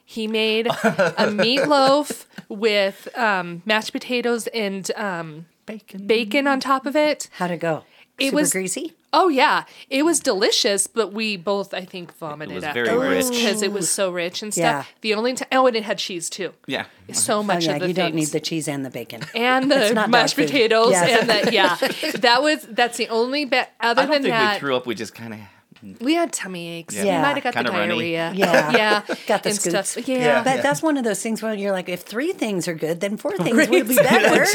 Speaker 4: he made a meatloaf with um, mashed potatoes and um, bacon bacon on top of it.
Speaker 2: How'd it go?
Speaker 4: It
Speaker 2: Super
Speaker 4: was-
Speaker 2: greasy.
Speaker 4: Oh yeah, it was delicious, but we both I think vomited
Speaker 3: was very
Speaker 4: afterwards
Speaker 3: rich.
Speaker 4: because it was so rich and stuff.
Speaker 2: Yeah.
Speaker 4: The only time oh, and it had cheese too.
Speaker 3: Yeah.
Speaker 4: So
Speaker 2: Oh,
Speaker 4: much
Speaker 2: yeah,
Speaker 4: of
Speaker 2: you
Speaker 4: the
Speaker 2: don't need
Speaker 4: things.
Speaker 2: the cheese and the bacon.
Speaker 4: and
Speaker 2: It's
Speaker 4: the
Speaker 2: not
Speaker 4: mashed
Speaker 2: dog food.
Speaker 4: potatoes
Speaker 2: Yes.
Speaker 4: and that yeah that was that's the only bit other
Speaker 3: I don't
Speaker 4: than
Speaker 3: think
Speaker 4: that
Speaker 3: we threw up. We just kind of.
Speaker 4: we had tummy aches
Speaker 2: Yeah.
Speaker 4: we might have got
Speaker 3: Kinda
Speaker 4: the
Speaker 3: runny.
Speaker 4: diarrhea
Speaker 2: Yeah.
Speaker 4: yeah
Speaker 2: Got the
Speaker 4: and stuff
Speaker 2: scoots.
Speaker 4: yeah,
Speaker 3: Yeah.
Speaker 2: But that's one of those things where you're like, if three things are good, then four things would be better.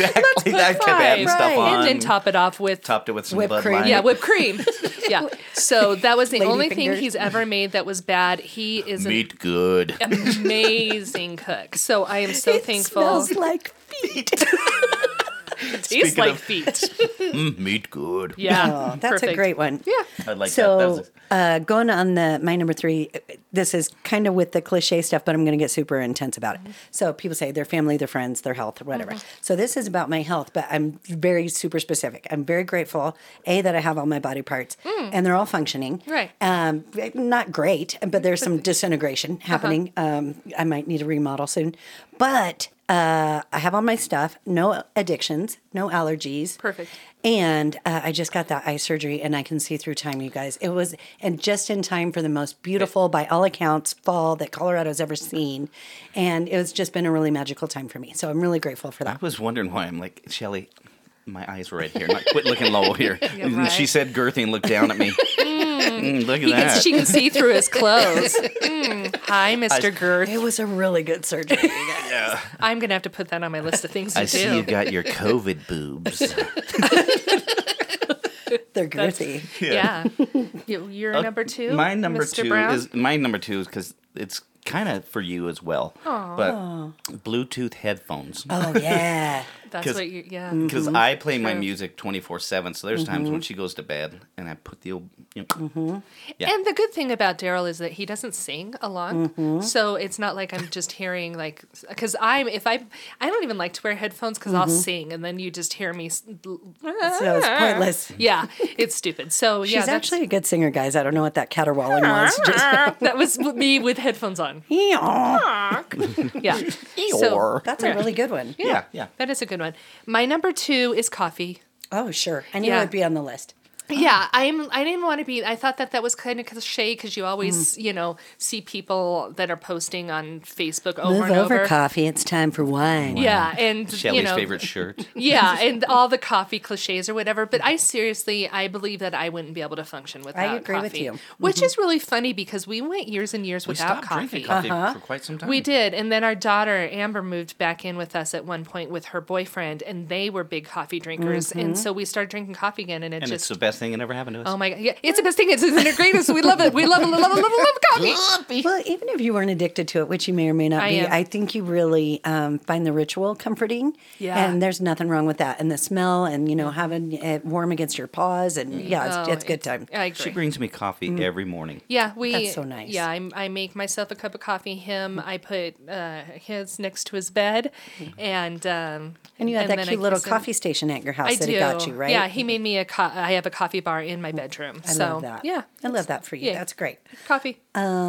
Speaker 3: Exactly. I kept adding
Speaker 4: five.
Speaker 3: stuff
Speaker 2: Right.
Speaker 3: on.
Speaker 4: and then top it off with
Speaker 3: topped it with some
Speaker 2: Whipped
Speaker 3: Bud
Speaker 2: cream.
Speaker 3: Light.
Speaker 4: yeah whipped cream yeah so that was the
Speaker 2: Lady
Speaker 4: only thing
Speaker 2: fingers.
Speaker 4: he's ever made that was bad he is an
Speaker 3: Meat good.
Speaker 4: amazing cook so I am so
Speaker 2: It
Speaker 4: thankful
Speaker 2: Smells like feet.
Speaker 4: tastes
Speaker 3: Speaking
Speaker 4: like
Speaker 3: of-
Speaker 4: feet
Speaker 3: Mm, meat good.
Speaker 4: yeah
Speaker 2: Oh, that's a
Speaker 4: perfect.
Speaker 2: great one.
Speaker 4: yeah
Speaker 3: I like that. that
Speaker 2: so
Speaker 3: was-
Speaker 2: uh, going on the my number three this is kind of with the cliche stuff but i'm going to get super intense about
Speaker 4: Mm-hmm.
Speaker 2: it so people say their family their friends their health whatever so this is about my health but i'm very super specific i'm very grateful a that i have all my body parts and they're all functioning
Speaker 4: Mm. Right.
Speaker 2: um, not great but there's some
Speaker 4: Uh-huh.
Speaker 2: disintegration happening um, i might need a remodel soon but uh, i have all my stuff no addictions no allergies
Speaker 4: Perfect.
Speaker 2: and uh, I just got that eye surgery, and I can see through time, you guys. It was, and just in time for the most beautiful, by all accounts, fall that Colorado's ever seen. And it's just been a really magical time for me. So I'm really grateful for
Speaker 3: I
Speaker 2: that.
Speaker 3: was wondering why. I'm like, Shelly, my eyes were right here. Not quit looking low here. And
Speaker 4: right.
Speaker 3: She said girthy and looked down at me. Mm, look at
Speaker 4: He can,
Speaker 3: that.
Speaker 4: she can see through his clothes. Mm. Hi, Mr. Girth.
Speaker 2: It was a really good surgery. you guys.
Speaker 4: I'm gonna have to put that on my list of things to
Speaker 3: I see
Speaker 4: do.
Speaker 3: you got your COVID boobs.
Speaker 2: They're girthy.
Speaker 4: Yeah. You, you're number two?
Speaker 3: Uh, My number
Speaker 4: Mr.
Speaker 3: two
Speaker 4: Brown?
Speaker 3: is my number two is because it's kind of for you as well. But Bluetooth headphones.
Speaker 2: Oh yeah.
Speaker 4: That's
Speaker 3: 'cause-
Speaker 4: what you, yeah.
Speaker 2: Mm.
Speaker 3: Because I play my music twenty four seven, so there's
Speaker 4: Mm-hmm.
Speaker 3: times when she goes to bed and I put the old, you know, Yeah.
Speaker 4: And the good thing about Daryl is that he doesn't sing along,
Speaker 2: Mm-hmm.
Speaker 4: so it's not like I'm just hearing like because I'm if I I don't even like to wear headphones
Speaker 2: Mm-hmm.
Speaker 4: because I'll sing and then you just hear me. s-
Speaker 2: So it's pointless.
Speaker 4: Yeah, it's stupid. So
Speaker 2: She's
Speaker 4: yeah, that's-
Speaker 2: actually a good singer, guys. I don't know what that caterwauling was. Just
Speaker 4: that was me with headphones on.
Speaker 2: Eeyore.
Speaker 4: Yeah, so
Speaker 2: That's a really good one.
Speaker 3: yeah, yeah.
Speaker 4: that is a good one. My number two is coffee.
Speaker 2: Oh sure. I knew
Speaker 4: Yeah.
Speaker 2: it would be on the list.
Speaker 4: Yeah, I'm. I didn't want to be. I thought that that was kind of cliche because you always,
Speaker 2: Mm.
Speaker 4: you know, see people that are posting on Facebook over
Speaker 2: Move
Speaker 4: and
Speaker 2: over,
Speaker 4: over.
Speaker 2: coffee. It's time for wine.
Speaker 4: yeah, and
Speaker 3: Shelly's
Speaker 4: you know,
Speaker 3: favorite shirt.
Speaker 4: yeah, and all the coffee cliches or whatever. But I seriously, I believe that I wouldn't be able to function without coffee.
Speaker 2: agree with you. Mm-hmm.
Speaker 4: Which is really funny because we went years and years
Speaker 3: We
Speaker 4: without
Speaker 3: stopped
Speaker 4: coffee. Uh-huh.
Speaker 3: drinking coffee for quite some time.
Speaker 4: We did, and then our daughter Amber moved back in with us at one point with her boyfriend, and they were big coffee drinkers, and so we started drinking coffee again, and it
Speaker 3: Mm-hmm. and it's
Speaker 4: just.
Speaker 3: the best thing that ever happened to us.
Speaker 4: Oh my god! Yeah, it's the best thing. It's isn't it great? It's- We love it. We love it. Love it. Love it. Love coffee. Oh,
Speaker 2: Well, even if you weren't addicted to it, which you may or may not
Speaker 4: I
Speaker 2: be,
Speaker 4: am.
Speaker 2: I think you really um, find the ritual comforting.
Speaker 4: Yeah.
Speaker 2: And there's nothing wrong with that. And the smell and, you know, having it warm against your paws. And yeah, it's,
Speaker 4: Oh,
Speaker 2: it's good time.
Speaker 4: I
Speaker 3: She
Speaker 4: agree.
Speaker 3: brings me coffee
Speaker 4: Mm-hmm.
Speaker 3: every morning.
Speaker 4: Yeah, we.
Speaker 2: That's so nice.
Speaker 4: Yeah, I, I make myself a cup of coffee. Him, I put uh, his next to his bed, and um,
Speaker 2: Mm-hmm. And you had
Speaker 4: then
Speaker 2: that
Speaker 4: I
Speaker 2: cute little
Speaker 4: kiss him.
Speaker 2: coffee station at your house
Speaker 4: I
Speaker 2: that
Speaker 4: do.
Speaker 2: he got you, right? Mm-hmm.
Speaker 4: Yeah, he made me a. Co- I have a coffee bar in my bedroom.
Speaker 2: I
Speaker 4: so
Speaker 2: love that.
Speaker 4: yeah,
Speaker 2: I love that for you.
Speaker 4: yeah.
Speaker 2: That's great.
Speaker 4: coffee.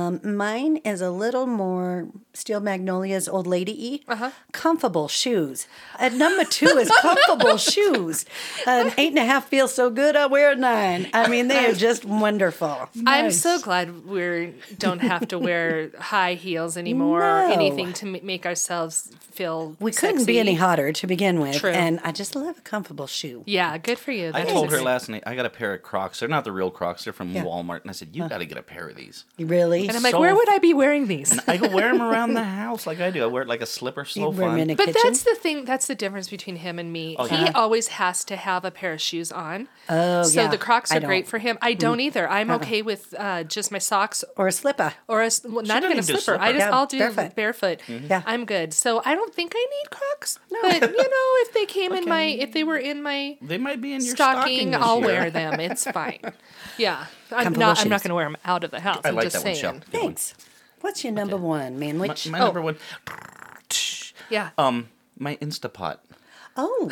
Speaker 2: Mine is a little more Steel Magnolia's old lady y.
Speaker 4: Uh-huh.
Speaker 2: Comfortable shoes. At number two is comfortable shoes. An eight and a half feels so good, I wear a nine. I mean, they are just wonderful.
Speaker 4: I'm so glad we don't have to wear high heels anymore or
Speaker 2: No.
Speaker 4: anything to m- make ourselves feel.
Speaker 2: We couldn't
Speaker 4: sexy.
Speaker 2: be any hotter to begin with.
Speaker 4: True.
Speaker 2: And I just love a comfortable shoe.
Speaker 4: Yeah, good for you.
Speaker 3: I
Speaker 4: That's
Speaker 3: told her
Speaker 4: amazing.
Speaker 3: last night I got a pair of Crocs. They're not the real Crocs. They're from
Speaker 2: Yeah.
Speaker 3: Walmart, and I
Speaker 4: Uh.
Speaker 3: said you got to get a pair of these.
Speaker 2: Really?
Speaker 4: and I'm like,
Speaker 3: so-
Speaker 4: where would I be wearing these?
Speaker 3: I go wear them around the house like I do. I wear it like a slipper
Speaker 2: You
Speaker 3: so
Speaker 2: wear 'em in
Speaker 3: fun.
Speaker 2: a
Speaker 4: But
Speaker 2: kitchen?
Speaker 4: that's the thing. That's the difference between him and me. he
Speaker 3: yeah.
Speaker 4: always has to have a pair of shoes on.
Speaker 2: Uh-huh. Oh,
Speaker 4: so
Speaker 2: yeah.
Speaker 4: the Crocs
Speaker 2: I
Speaker 4: are great
Speaker 2: don't. Mm. Uh-huh.
Speaker 4: for him. I don't either. I'm okay with uh, just my socks
Speaker 2: Or a slipper.
Speaker 4: or a, s- well, not
Speaker 3: don't
Speaker 4: even a
Speaker 3: even do Mm-hmm.
Speaker 4: slipper.
Speaker 3: a
Speaker 4: I
Speaker 3: slipper.
Speaker 4: just
Speaker 2: Yeah,
Speaker 4: I'll do barefoot.
Speaker 2: barefoot. Yeah.
Speaker 4: I'm good. So I don't think I need Crocs. But you know, if they came in my if they were in my
Speaker 3: They might be in your
Speaker 4: stocking,
Speaker 3: stocking. this
Speaker 4: I'll
Speaker 3: year.
Speaker 4: wear them. It's fine. Yeah, I'm
Speaker 2: Comfortable
Speaker 4: not. I'm not
Speaker 2: shoes.
Speaker 4: going to wear them out of the house.
Speaker 3: I
Speaker 4: am
Speaker 3: like
Speaker 4: just
Speaker 3: that one,
Speaker 4: saying.
Speaker 3: Shell.
Speaker 2: Thanks. What's your number one, man?
Speaker 3: My,
Speaker 2: Which?
Speaker 3: my
Speaker 4: Oh.
Speaker 3: number one.
Speaker 4: Yeah.
Speaker 3: Um, my Instapot.
Speaker 2: Oh.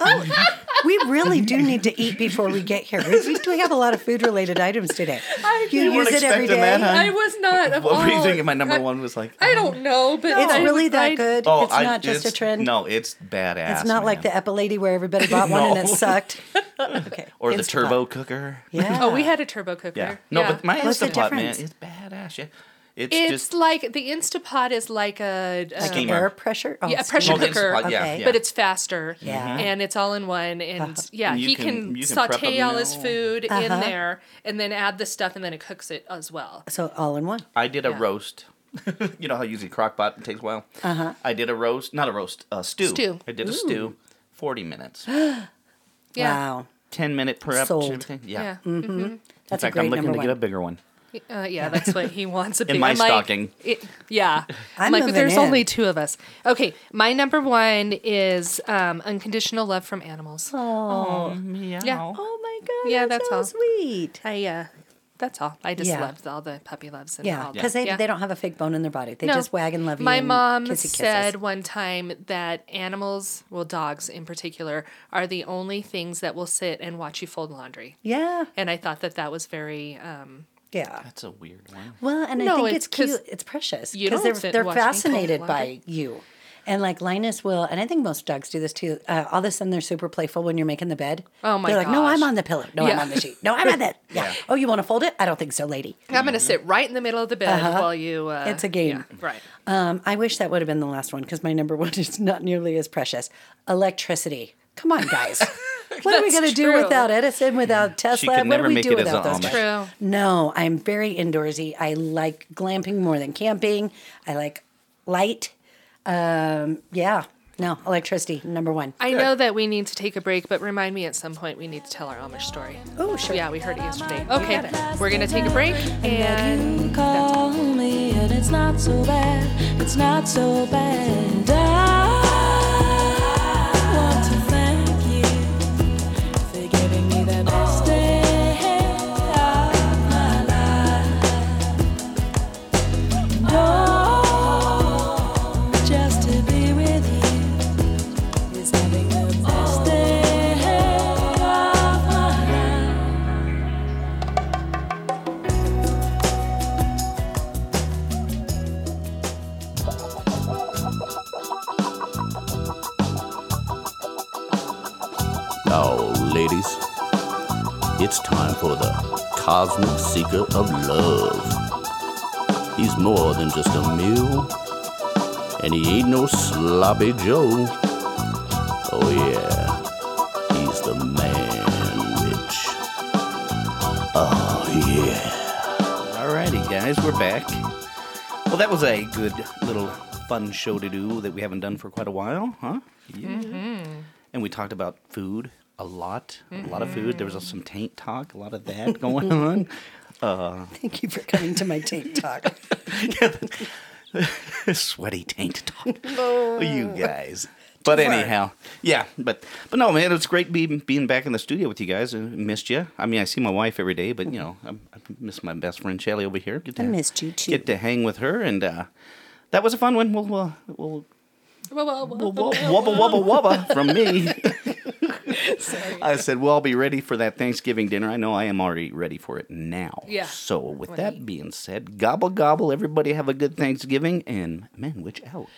Speaker 2: oh. We really do need to eat before we get here. We usually have a lot of food related items today. you
Speaker 3: weren't
Speaker 2: use it every day.
Speaker 3: expecting that, huh?
Speaker 4: I was not. Of
Speaker 3: What were you
Speaker 2: Oh,
Speaker 4: all-
Speaker 3: thinking? My number
Speaker 4: I-
Speaker 3: one was like. oh,
Speaker 4: I don't know, but
Speaker 2: It's
Speaker 4: I
Speaker 2: really
Speaker 4: would-
Speaker 2: that
Speaker 4: I'd-
Speaker 2: good. it's
Speaker 3: I-
Speaker 2: not just
Speaker 3: it's-
Speaker 2: a trend.
Speaker 3: No, it's badass.
Speaker 2: It's not like
Speaker 3: man.
Speaker 2: the Epa lady where everybody bought one and it
Speaker 3: No.
Speaker 2: sucked. Okay.
Speaker 3: or the
Speaker 2: Instapot.
Speaker 3: turbo cooker.
Speaker 2: Yeah.
Speaker 4: Oh, we had a turbo cooker.
Speaker 3: Yeah. No, but my
Speaker 2: What's the
Speaker 3: Instapot, man,
Speaker 2: difference?
Speaker 3: it's badass. Yeah. It's,
Speaker 4: it's
Speaker 3: just
Speaker 4: like the Instapot is like a, a-
Speaker 3: Steamer.
Speaker 2: air pressure. Oh,
Speaker 4: yeah, a
Speaker 2: steam.
Speaker 4: pressure
Speaker 3: Well, the
Speaker 4: cooker,
Speaker 3: Instapot, yeah,
Speaker 2: Okay.
Speaker 3: yeah.
Speaker 4: but it's faster.
Speaker 2: Yeah. Uh-huh. Mhm.
Speaker 4: and it's all in one, and yeah,
Speaker 3: And you
Speaker 4: he
Speaker 3: can-
Speaker 4: can,
Speaker 3: you can prep
Speaker 4: saute
Speaker 3: a
Speaker 4: all his
Speaker 3: meal.
Speaker 4: food in
Speaker 2: Uh-huh.
Speaker 4: there, and then add the stuff, and then it cooks it as well.
Speaker 2: So all in one.
Speaker 3: I did a
Speaker 4: Yeah.
Speaker 3: roast. you know how usually crock pot it takes a while. Uh
Speaker 2: Uh-huh.
Speaker 3: huh. I did a roast, not a roast, a stew.
Speaker 4: Stew.
Speaker 3: I did a stew, forty minutes,
Speaker 4: Yeah.
Speaker 2: Wow.
Speaker 3: ten minute prep.
Speaker 2: Sold.
Speaker 3: and everything. Yeah.
Speaker 4: Yeah,
Speaker 2: That's
Speaker 3: In fact,
Speaker 2: a great
Speaker 3: I'm looking
Speaker 2: number
Speaker 3: to
Speaker 2: one.
Speaker 3: get a bigger one.
Speaker 4: Uh, yeah, that's what he wants. A big,
Speaker 3: my
Speaker 4: I'm like-
Speaker 3: stocking.
Speaker 4: it- yeah, I'm
Speaker 2: I'm
Speaker 4: like, but
Speaker 2: moving
Speaker 4: there's only
Speaker 2: in.
Speaker 4: two of us. Okay, my number one is um, unconditional love from animals. Yeah.
Speaker 2: Oh my god.
Speaker 4: Yeah,
Speaker 2: that's,
Speaker 4: that's
Speaker 2: so
Speaker 4: all.
Speaker 2: sweet.
Speaker 4: I uh, that's all. I just
Speaker 2: Yeah.
Speaker 4: loved all the puppy loves and
Speaker 2: Yeah,
Speaker 4: all
Speaker 2: because
Speaker 4: that.
Speaker 2: they,
Speaker 4: Yeah.
Speaker 2: they don't have a fake bone in their body. They
Speaker 4: No.
Speaker 2: just wag and love you.
Speaker 4: My
Speaker 2: and
Speaker 4: mom
Speaker 2: kissy kisses.
Speaker 4: said one time that animals, well, dogs in particular, are the only things that will sit and watch you fold laundry.
Speaker 2: "Yeah,
Speaker 4: And I thought that that was very. Um,
Speaker 2: yeah."
Speaker 3: That's a weird one.
Speaker 2: Well, and
Speaker 4: No,
Speaker 2: I think it's
Speaker 4: it's 'cause
Speaker 2: cute. It's precious
Speaker 4: you
Speaker 2: because
Speaker 4: don't
Speaker 2: they're
Speaker 4: sit and
Speaker 2: they're
Speaker 4: watch me fold
Speaker 2: fascinated by
Speaker 4: laundry.
Speaker 2: you. And like Linus will, and I think most dogs do this too. Uh, all of a sudden, they're super playful when you're making the bed.
Speaker 4: Oh my
Speaker 2: They're like, "No,
Speaker 4: gosh.
Speaker 2: I'm on the pillow. No,
Speaker 4: Yeah.
Speaker 2: I'm on the sheet. No, I'm on that." Yeah. Oh, you want to fold it? I don't think so, lady.
Speaker 4: I'm going to sit right in the middle of the bed while you. Uh,
Speaker 2: Uh-huh. It's a game.
Speaker 4: yeah, right.
Speaker 2: Um, I wish that would have been the last one because my number one is not nearly as precious. Electricity. Come on, guys. What are we
Speaker 4: That's
Speaker 2: going to do
Speaker 4: true.
Speaker 2: without Edison, without Tesla? What
Speaker 3: could never
Speaker 2: do we
Speaker 3: make
Speaker 2: do
Speaker 3: it as
Speaker 2: without
Speaker 3: an
Speaker 2: those guys?
Speaker 4: Amish. True.
Speaker 2: No, I'm very indoorsy. I like glamping more than camping. I like light. Um, yeah. No, electricity, number one.
Speaker 4: I know that we need to take a break, but remind me at some point we need to tell our Amish story.
Speaker 2: Oh, sure.
Speaker 4: Yeah, we heard it yesterday. Okay, we're going to take a break and
Speaker 7: you call me and it's not so bad it's not so bad I want to thank you for giving me the best day of my life oh just to be with you is having the best day of my life
Speaker 8: Now, ladies, it's time for the Cosmic Seeker of Love. He's more than just a mule, and he ain't no sloppy Joe. Oh, yeah, he's the man rich. Oh, yeah.
Speaker 3: Alrighty, guys, we're back. Well, that was a good little fun show to do that we haven't done for quite a while, huh? Yeah. And we talked about food a lot, a lot of food. There was some taint talk, a lot of that going on.
Speaker 2: Thank you for coming to my tank talk.
Speaker 3: Sweaty taint talk. you guys. But anyhow, yeah, but but no, man, it's great being being back in the studio with you guys. I missed you. I mean, I see my wife every day, but you know, I, I miss my best friend Shelly over here. Get
Speaker 2: I missed you, too.
Speaker 3: Get to hang with her, and uh, that was a fun one. We'll we'll, we'll
Speaker 4: Whoa, whoa, whoa.
Speaker 3: wubba wubba wubba wubba from me. I said, "Well, I'll be ready for that Thanksgiving dinner. I know I am already ready for it now."
Speaker 4: Yeah.
Speaker 3: So, with that being said, gobble gobble, everybody have a good Thanksgiving, and man, which out.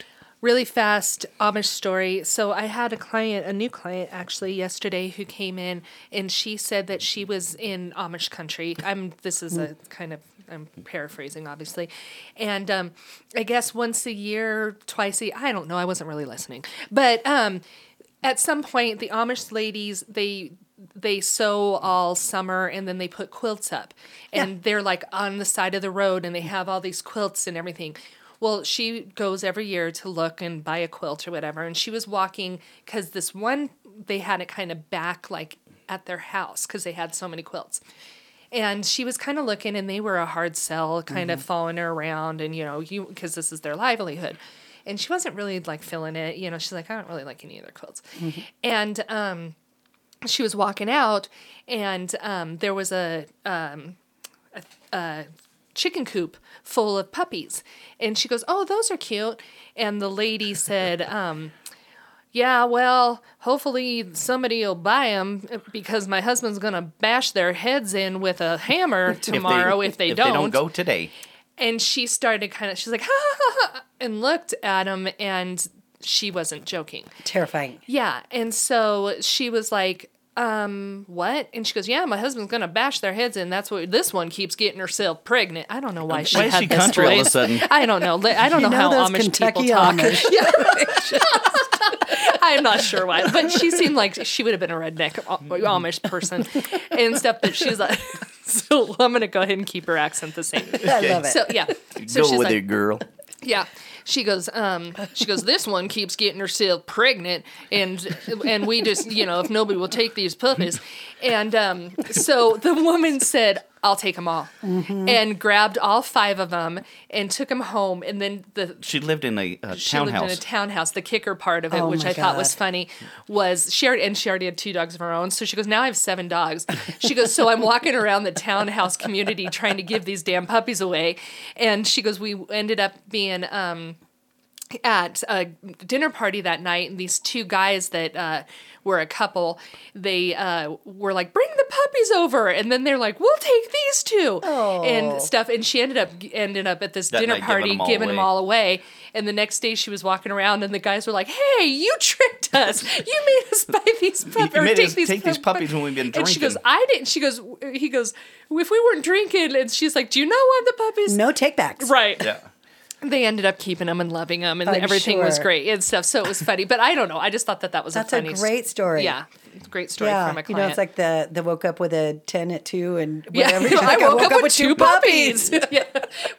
Speaker 4: really fast Amish story. So I had a client, a new client actually yesterday who came in and she said that she was in Amish country. I'm this is a kind of I'm paraphrasing obviously. And um I guess once a year, twice a I don't know, I wasn't really listening. But um at some point the Amish ladies they they sew all summer and then they put quilts up and they're like on the side of the road and they have all these quilts and everything. Well, she goes every year to look and buy a quilt or whatever and she was walking cuz this one they had it kind of back like at their house cuz they had so many quilts. And she was kind of looking and they were a hard sell kind of following her around and you know, you cuz this is their livelihood and she wasn't really like feeling it. You know, she's like, I don't really like any of their quilts. And um, she was walking out, and um, there was a, um, a, a chicken coop full of puppies. And she goes, Oh, those are cute. And the lady said, um, yeah, well, hopefully somebody will buy them because my husband's going to bash their heads in with a hammer tomorrow if they,
Speaker 3: if
Speaker 4: don't.
Speaker 3: they don't go today,
Speaker 4: And she started kind of, she's like, ha, ha, ha, ha, and looked at him, and she wasn't joking.
Speaker 2: Terrifying.
Speaker 4: Yeah. And so she was like, um, what? And she goes, yeah, my husband's going to bash their heads in. That's what this one keeps getting herself pregnant. I don't know why she
Speaker 3: Um, Why is
Speaker 4: had
Speaker 3: she
Speaker 4: this
Speaker 3: country all of a
Speaker 4: voice.
Speaker 3: sudden?
Speaker 4: I don't know. Li- I don't know,
Speaker 2: know
Speaker 4: how
Speaker 2: those
Speaker 4: Amish
Speaker 2: Kentucky
Speaker 4: people talk.
Speaker 2: Amish.
Speaker 4: Yeah. I'm not sure why, but she seemed like she would have been a redneck Am- Amish person and stuff. But she's like, so I'm going to go ahead and keep her accent the same.
Speaker 2: I love it.
Speaker 4: So yeah, so
Speaker 3: go
Speaker 4: she's
Speaker 3: with
Speaker 4: like,
Speaker 3: it, girl.
Speaker 4: yeah. She goes, um, she goes, this one keeps getting herself pregnant and and we just, you know, if nobody will take these puppies. And um, so the woman said, I'll take them all. And grabbed all five of them and took them home. And then the
Speaker 3: She lived in a, a
Speaker 4: she
Speaker 3: townhouse.
Speaker 4: lived in a townhouse. The kicker part of it,
Speaker 2: Oh
Speaker 4: which
Speaker 2: my
Speaker 4: I thought was
Speaker 2: God.
Speaker 4: funny, was she already, and she already had two dogs of her own. So she goes, now I have seven dogs. She goes, so I'm walking around the townhouse community trying to give these damn puppies away, and she goes, we ended up being. Um, at a dinner party that night, and these two guys that uh, were a couple, they uh, were like, "Bring the puppies over," and then they're like, "We'll take these two
Speaker 2: Oh.
Speaker 4: and stuff. And she ended up ended up at this
Speaker 3: That
Speaker 4: dinner
Speaker 3: night giving
Speaker 4: party,
Speaker 3: them all
Speaker 4: giving them
Speaker 3: away.
Speaker 4: all all away. And the next day she was walking around and the guys were like, Hey, you tricked us. You made us buy these puppies.
Speaker 3: You
Speaker 4: or
Speaker 3: made
Speaker 4: take
Speaker 3: us
Speaker 4: these,
Speaker 3: take these puppies when we've been
Speaker 4: And she
Speaker 3: drinking.
Speaker 4: goes, I didn't. She goes, He goes, If we weren't drinking, and she's like, Do you not want the puppies?
Speaker 2: No take backs.
Speaker 4: Right.
Speaker 3: yeah.
Speaker 4: they ended up keeping him and loving him, and
Speaker 2: I'm
Speaker 4: everything was
Speaker 2: sure.
Speaker 4: great and stuff. So it was funny, but I don't know. I just thought that that was
Speaker 2: That's
Speaker 4: a
Speaker 2: a
Speaker 4: funny, s-
Speaker 2: great story.
Speaker 4: Yeah, it's a great story from a
Speaker 2: you
Speaker 4: client.
Speaker 2: know, it's like the the woke up with a ten at two and
Speaker 4: yeah,
Speaker 2: whatever. She's
Speaker 4: I,
Speaker 2: like,
Speaker 4: woke up with, two puppies, yeah.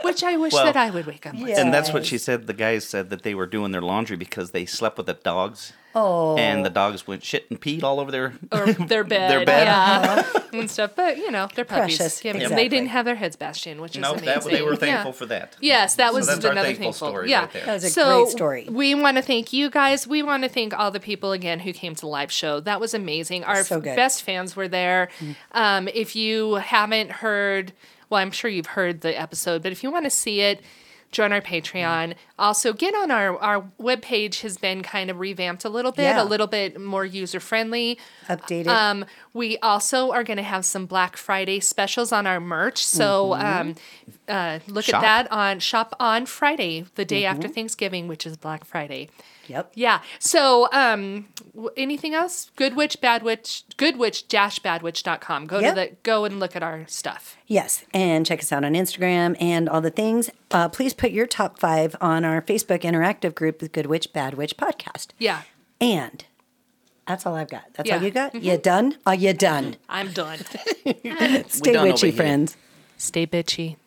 Speaker 4: which I wish
Speaker 3: Well,
Speaker 4: that I would wake up. with.
Speaker 3: And that's what
Speaker 2: Yes.
Speaker 3: she said. The guys said that they were doing their laundry because they slept with the dogs. Oh. And the dogs went shit and peed all over their.
Speaker 4: Or their bed,
Speaker 3: bed.
Speaker 4: yeah,
Speaker 3: Uh-huh.
Speaker 4: and stuff. But you know, they're puppies.
Speaker 2: Precious,
Speaker 4: Yeah,
Speaker 2: exactly.
Speaker 4: They didn't have their heads bashed in, which is
Speaker 3: no,
Speaker 4: amazing.
Speaker 3: that they were thankful
Speaker 4: yeah.
Speaker 3: for that.
Speaker 4: Yes, that was
Speaker 3: that's our
Speaker 4: another
Speaker 3: thankful
Speaker 4: thankful
Speaker 3: story
Speaker 4: yeah,
Speaker 3: right there. That
Speaker 2: was a
Speaker 4: so
Speaker 2: great story.
Speaker 4: We want to thank you guys. We want to thank all the people again who came to the live show. That was amazing. Our
Speaker 2: So good. Mm-hmm.
Speaker 4: best fans were there. Um, if you haven't heard, well, I'm sure you've heard the episode, but if you want to see it. Join our Patreon.
Speaker 2: Mm-hmm.
Speaker 4: Also, get on our our webpage has been kind of revamped a little bit,
Speaker 2: Yeah.
Speaker 4: a little bit more user friendly.
Speaker 2: Updated.
Speaker 4: Um, we also are going to have some Black Friday specials on our merch. So um, uh, look
Speaker 3: Shop.
Speaker 4: at that on shop on Friday, the day after Thanksgiving, which is Black Friday.
Speaker 2: yep.
Speaker 4: Yeah. So um, w- anything else? Good Witch, Bad Witch, Good Witch, dash badwitch.com. Go
Speaker 2: Yeah.
Speaker 4: to the go and look at our stuff.
Speaker 2: Yes, and check us out on Instagram and all the things. Uh, please put your top five on our Facebook interactive group, the Good Witch Bad Witch podcast.
Speaker 4: Yeah.
Speaker 2: And that's all I've got. That's all
Speaker 4: Yeah. Mm-hmm.
Speaker 2: you got. You done? Are you done?
Speaker 4: I'm done.
Speaker 2: Stay
Speaker 3: done over
Speaker 2: witchy,
Speaker 3: here.
Speaker 2: friends.
Speaker 4: Stay bitchy.